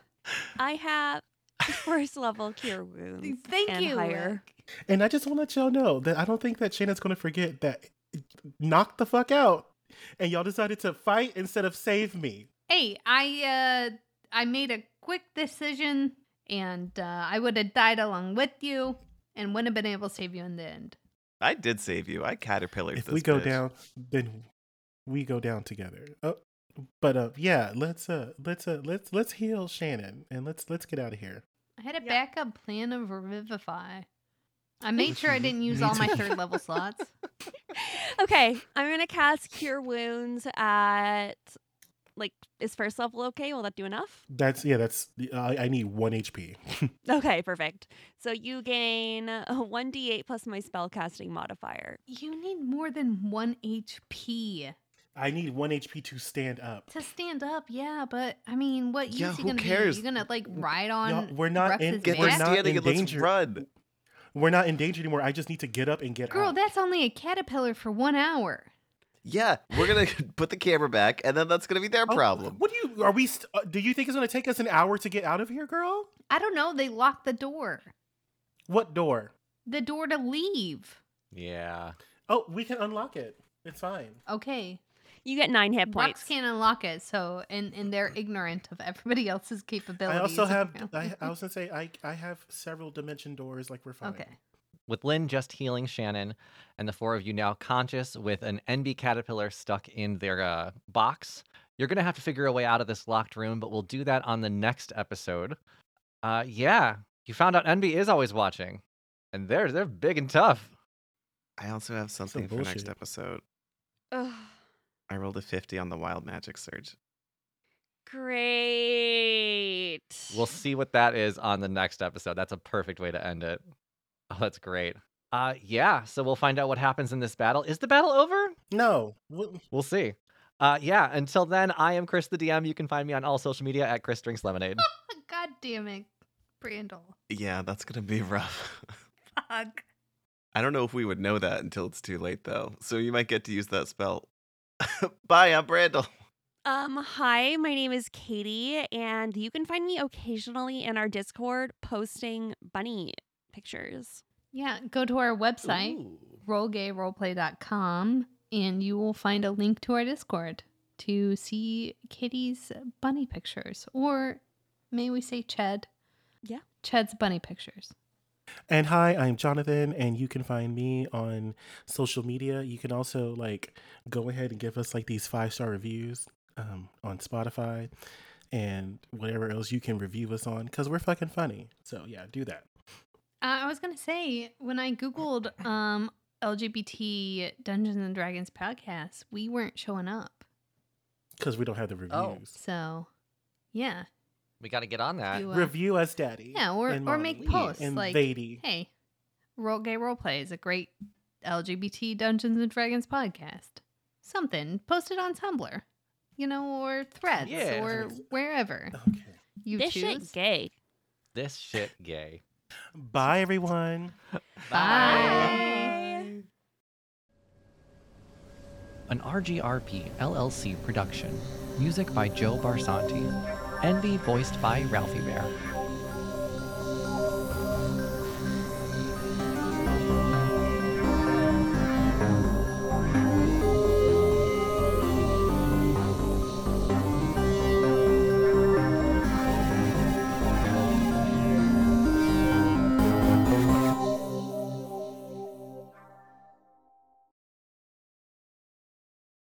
Speaker 5: I have [LAUGHS] first level cure wounds.
Speaker 6: Thank
Speaker 5: and
Speaker 6: you.
Speaker 5: Higher.
Speaker 2: And I just want to let y'all know that I don't think that Shannon's going to forget that knock the fuck out and y'all decided to fight instead of save me.
Speaker 6: Hey, I uh, I made a quick decision, and uh, I would have died along with you, and wouldn't have been able to save you in the end.
Speaker 4: [LAUGHS] I did save you. I caterpillared
Speaker 2: if
Speaker 4: this.
Speaker 2: we go
Speaker 4: bitch.
Speaker 2: down, then we go down together. Oh, but uh, yeah, let's uh, let's uh, let's let's heal Shannon and let's let's get out of here.
Speaker 6: I had a
Speaker 5: Yeah.
Speaker 6: backup plan of revivify. I made sure I didn't use all my third level slots.
Speaker 5: Okay, I'm gonna cast cure wounds at like is first level okay? Will that do enough?
Speaker 2: That's yeah, that's I, I need one HP.
Speaker 5: Okay, perfect. So you gain [LAUGHS] one d8 plus my spellcasting modifier.
Speaker 6: You need more than one HP
Speaker 2: I need one HP to stand up.
Speaker 6: to stand up. Yeah, but I mean, what use
Speaker 4: Yeah,
Speaker 6: you
Speaker 4: who
Speaker 6: gonna
Speaker 4: cares?
Speaker 6: be? You gonna like ride
Speaker 2: Y'all-
Speaker 6: on?
Speaker 2: we're not in,
Speaker 6: Rux's
Speaker 4: Get
Speaker 2: we're
Speaker 4: we're
Speaker 6: back?
Speaker 2: not
Speaker 4: standing
Speaker 2: in
Speaker 4: and let's
Speaker 2: danger.
Speaker 4: run.
Speaker 2: We're not in danger anymore. I just need to get up and get
Speaker 6: Girl,
Speaker 2: out.
Speaker 6: that's only a caterpillar for one hour.
Speaker 4: Yeah, we're gonna [LAUGHS] put the camera back, and then that's gonna be their
Speaker 2: Oh,
Speaker 4: problem.
Speaker 2: What do you are we? St- uh, do you think it's going to take us an hour to get out of here, girl?
Speaker 6: I don't know. They locked the door.
Speaker 2: What door?
Speaker 6: The door to leave.
Speaker 3: Yeah.
Speaker 2: Oh, we can unlock it. It's fine.
Speaker 6: Okay.
Speaker 5: You get nine hit points.
Speaker 6: Box can't unlock it, so and and they're ignorant of everybody else's capabilities.
Speaker 2: I also have.
Speaker 6: apparently.
Speaker 2: I, I was going to say I I have several dimension doors. Like we're fine.
Speaker 6: okay.
Speaker 3: With Lynn just healing Shannon, and the four of you now conscious with an NB caterpillar stuck in their uh, box, you're gonna have to figure a way out of this locked room. But we'll do that on the next episode. Uh, yeah, you found out NB is always watching, and they're they're big and tough.
Speaker 4: I also have something for next
Speaker 2: bullshit.
Speaker 4: episode.
Speaker 5: Ugh,
Speaker 4: I rolled a fifty on the wild magic surge.
Speaker 5: great.
Speaker 3: We'll see what that is on the next episode. That's a perfect way to end it. Oh, that's great. Uh, yeah, so we'll find out what happens in this battle. Is the battle over?
Speaker 2: No. What,
Speaker 3: We'll see. Uh, yeah, until then, I am Chris the DM. You can find me on all social media at Chris Drinks Lemonade.
Speaker 6: God damn it, Brandel.
Speaker 4: Yeah, that's gonna be [LAUGHS] rough.
Speaker 6: Fuck.
Speaker 4: I don't know if we would know that until it's too late, though. So you might get to use that spell. [LAUGHS] Bye, I'm Brandel.
Speaker 5: Um, hi, my name is Katie, and you can find me occasionally in our Discord posting bunny pictures.
Speaker 6: Yeah, go to our website, rollgayroleplay.com, and you will find a link to our Discord to see Kitty's bunny pictures, or may we say Ched?
Speaker 5: Yeah.
Speaker 6: Ched's bunny pictures.
Speaker 2: And hi, I'm Jonathan, and you can find me on social media. You can also like go ahead and give us like these five star reviews um, on Spotify and whatever else you can review us on because we're fucking funny. So yeah, do that.
Speaker 6: Uh, I was gonna say when I googled um, LGBT Dungeons and Dragons podcast, we weren't showing up.
Speaker 2: Because we don't have the
Speaker 3: Oh.
Speaker 2: reviews.
Speaker 6: So, yeah,
Speaker 3: [LAUGHS] We got to get on that.
Speaker 6: you, uh,
Speaker 2: Review us, Daddy.
Speaker 6: yeah, or
Speaker 2: and
Speaker 6: or
Speaker 2: Mommy
Speaker 6: make posts
Speaker 2: and
Speaker 6: like,
Speaker 2: Zadie.
Speaker 6: hey, role gay roleplay is a great LGBT Dungeons and Dragons podcast. Something post it on Tumblr, you know, or Threads
Speaker 3: Yeah.
Speaker 6: or wherever
Speaker 2: Okay.
Speaker 6: you
Speaker 5: this
Speaker 6: choose.
Speaker 5: shit gay.
Speaker 3: This shit gay.
Speaker 2: Bye, everyone.
Speaker 6: Bye.
Speaker 1: an RGRP LLC production. Music by Joe Barsanti. Envy voiced by Ralphie Bear.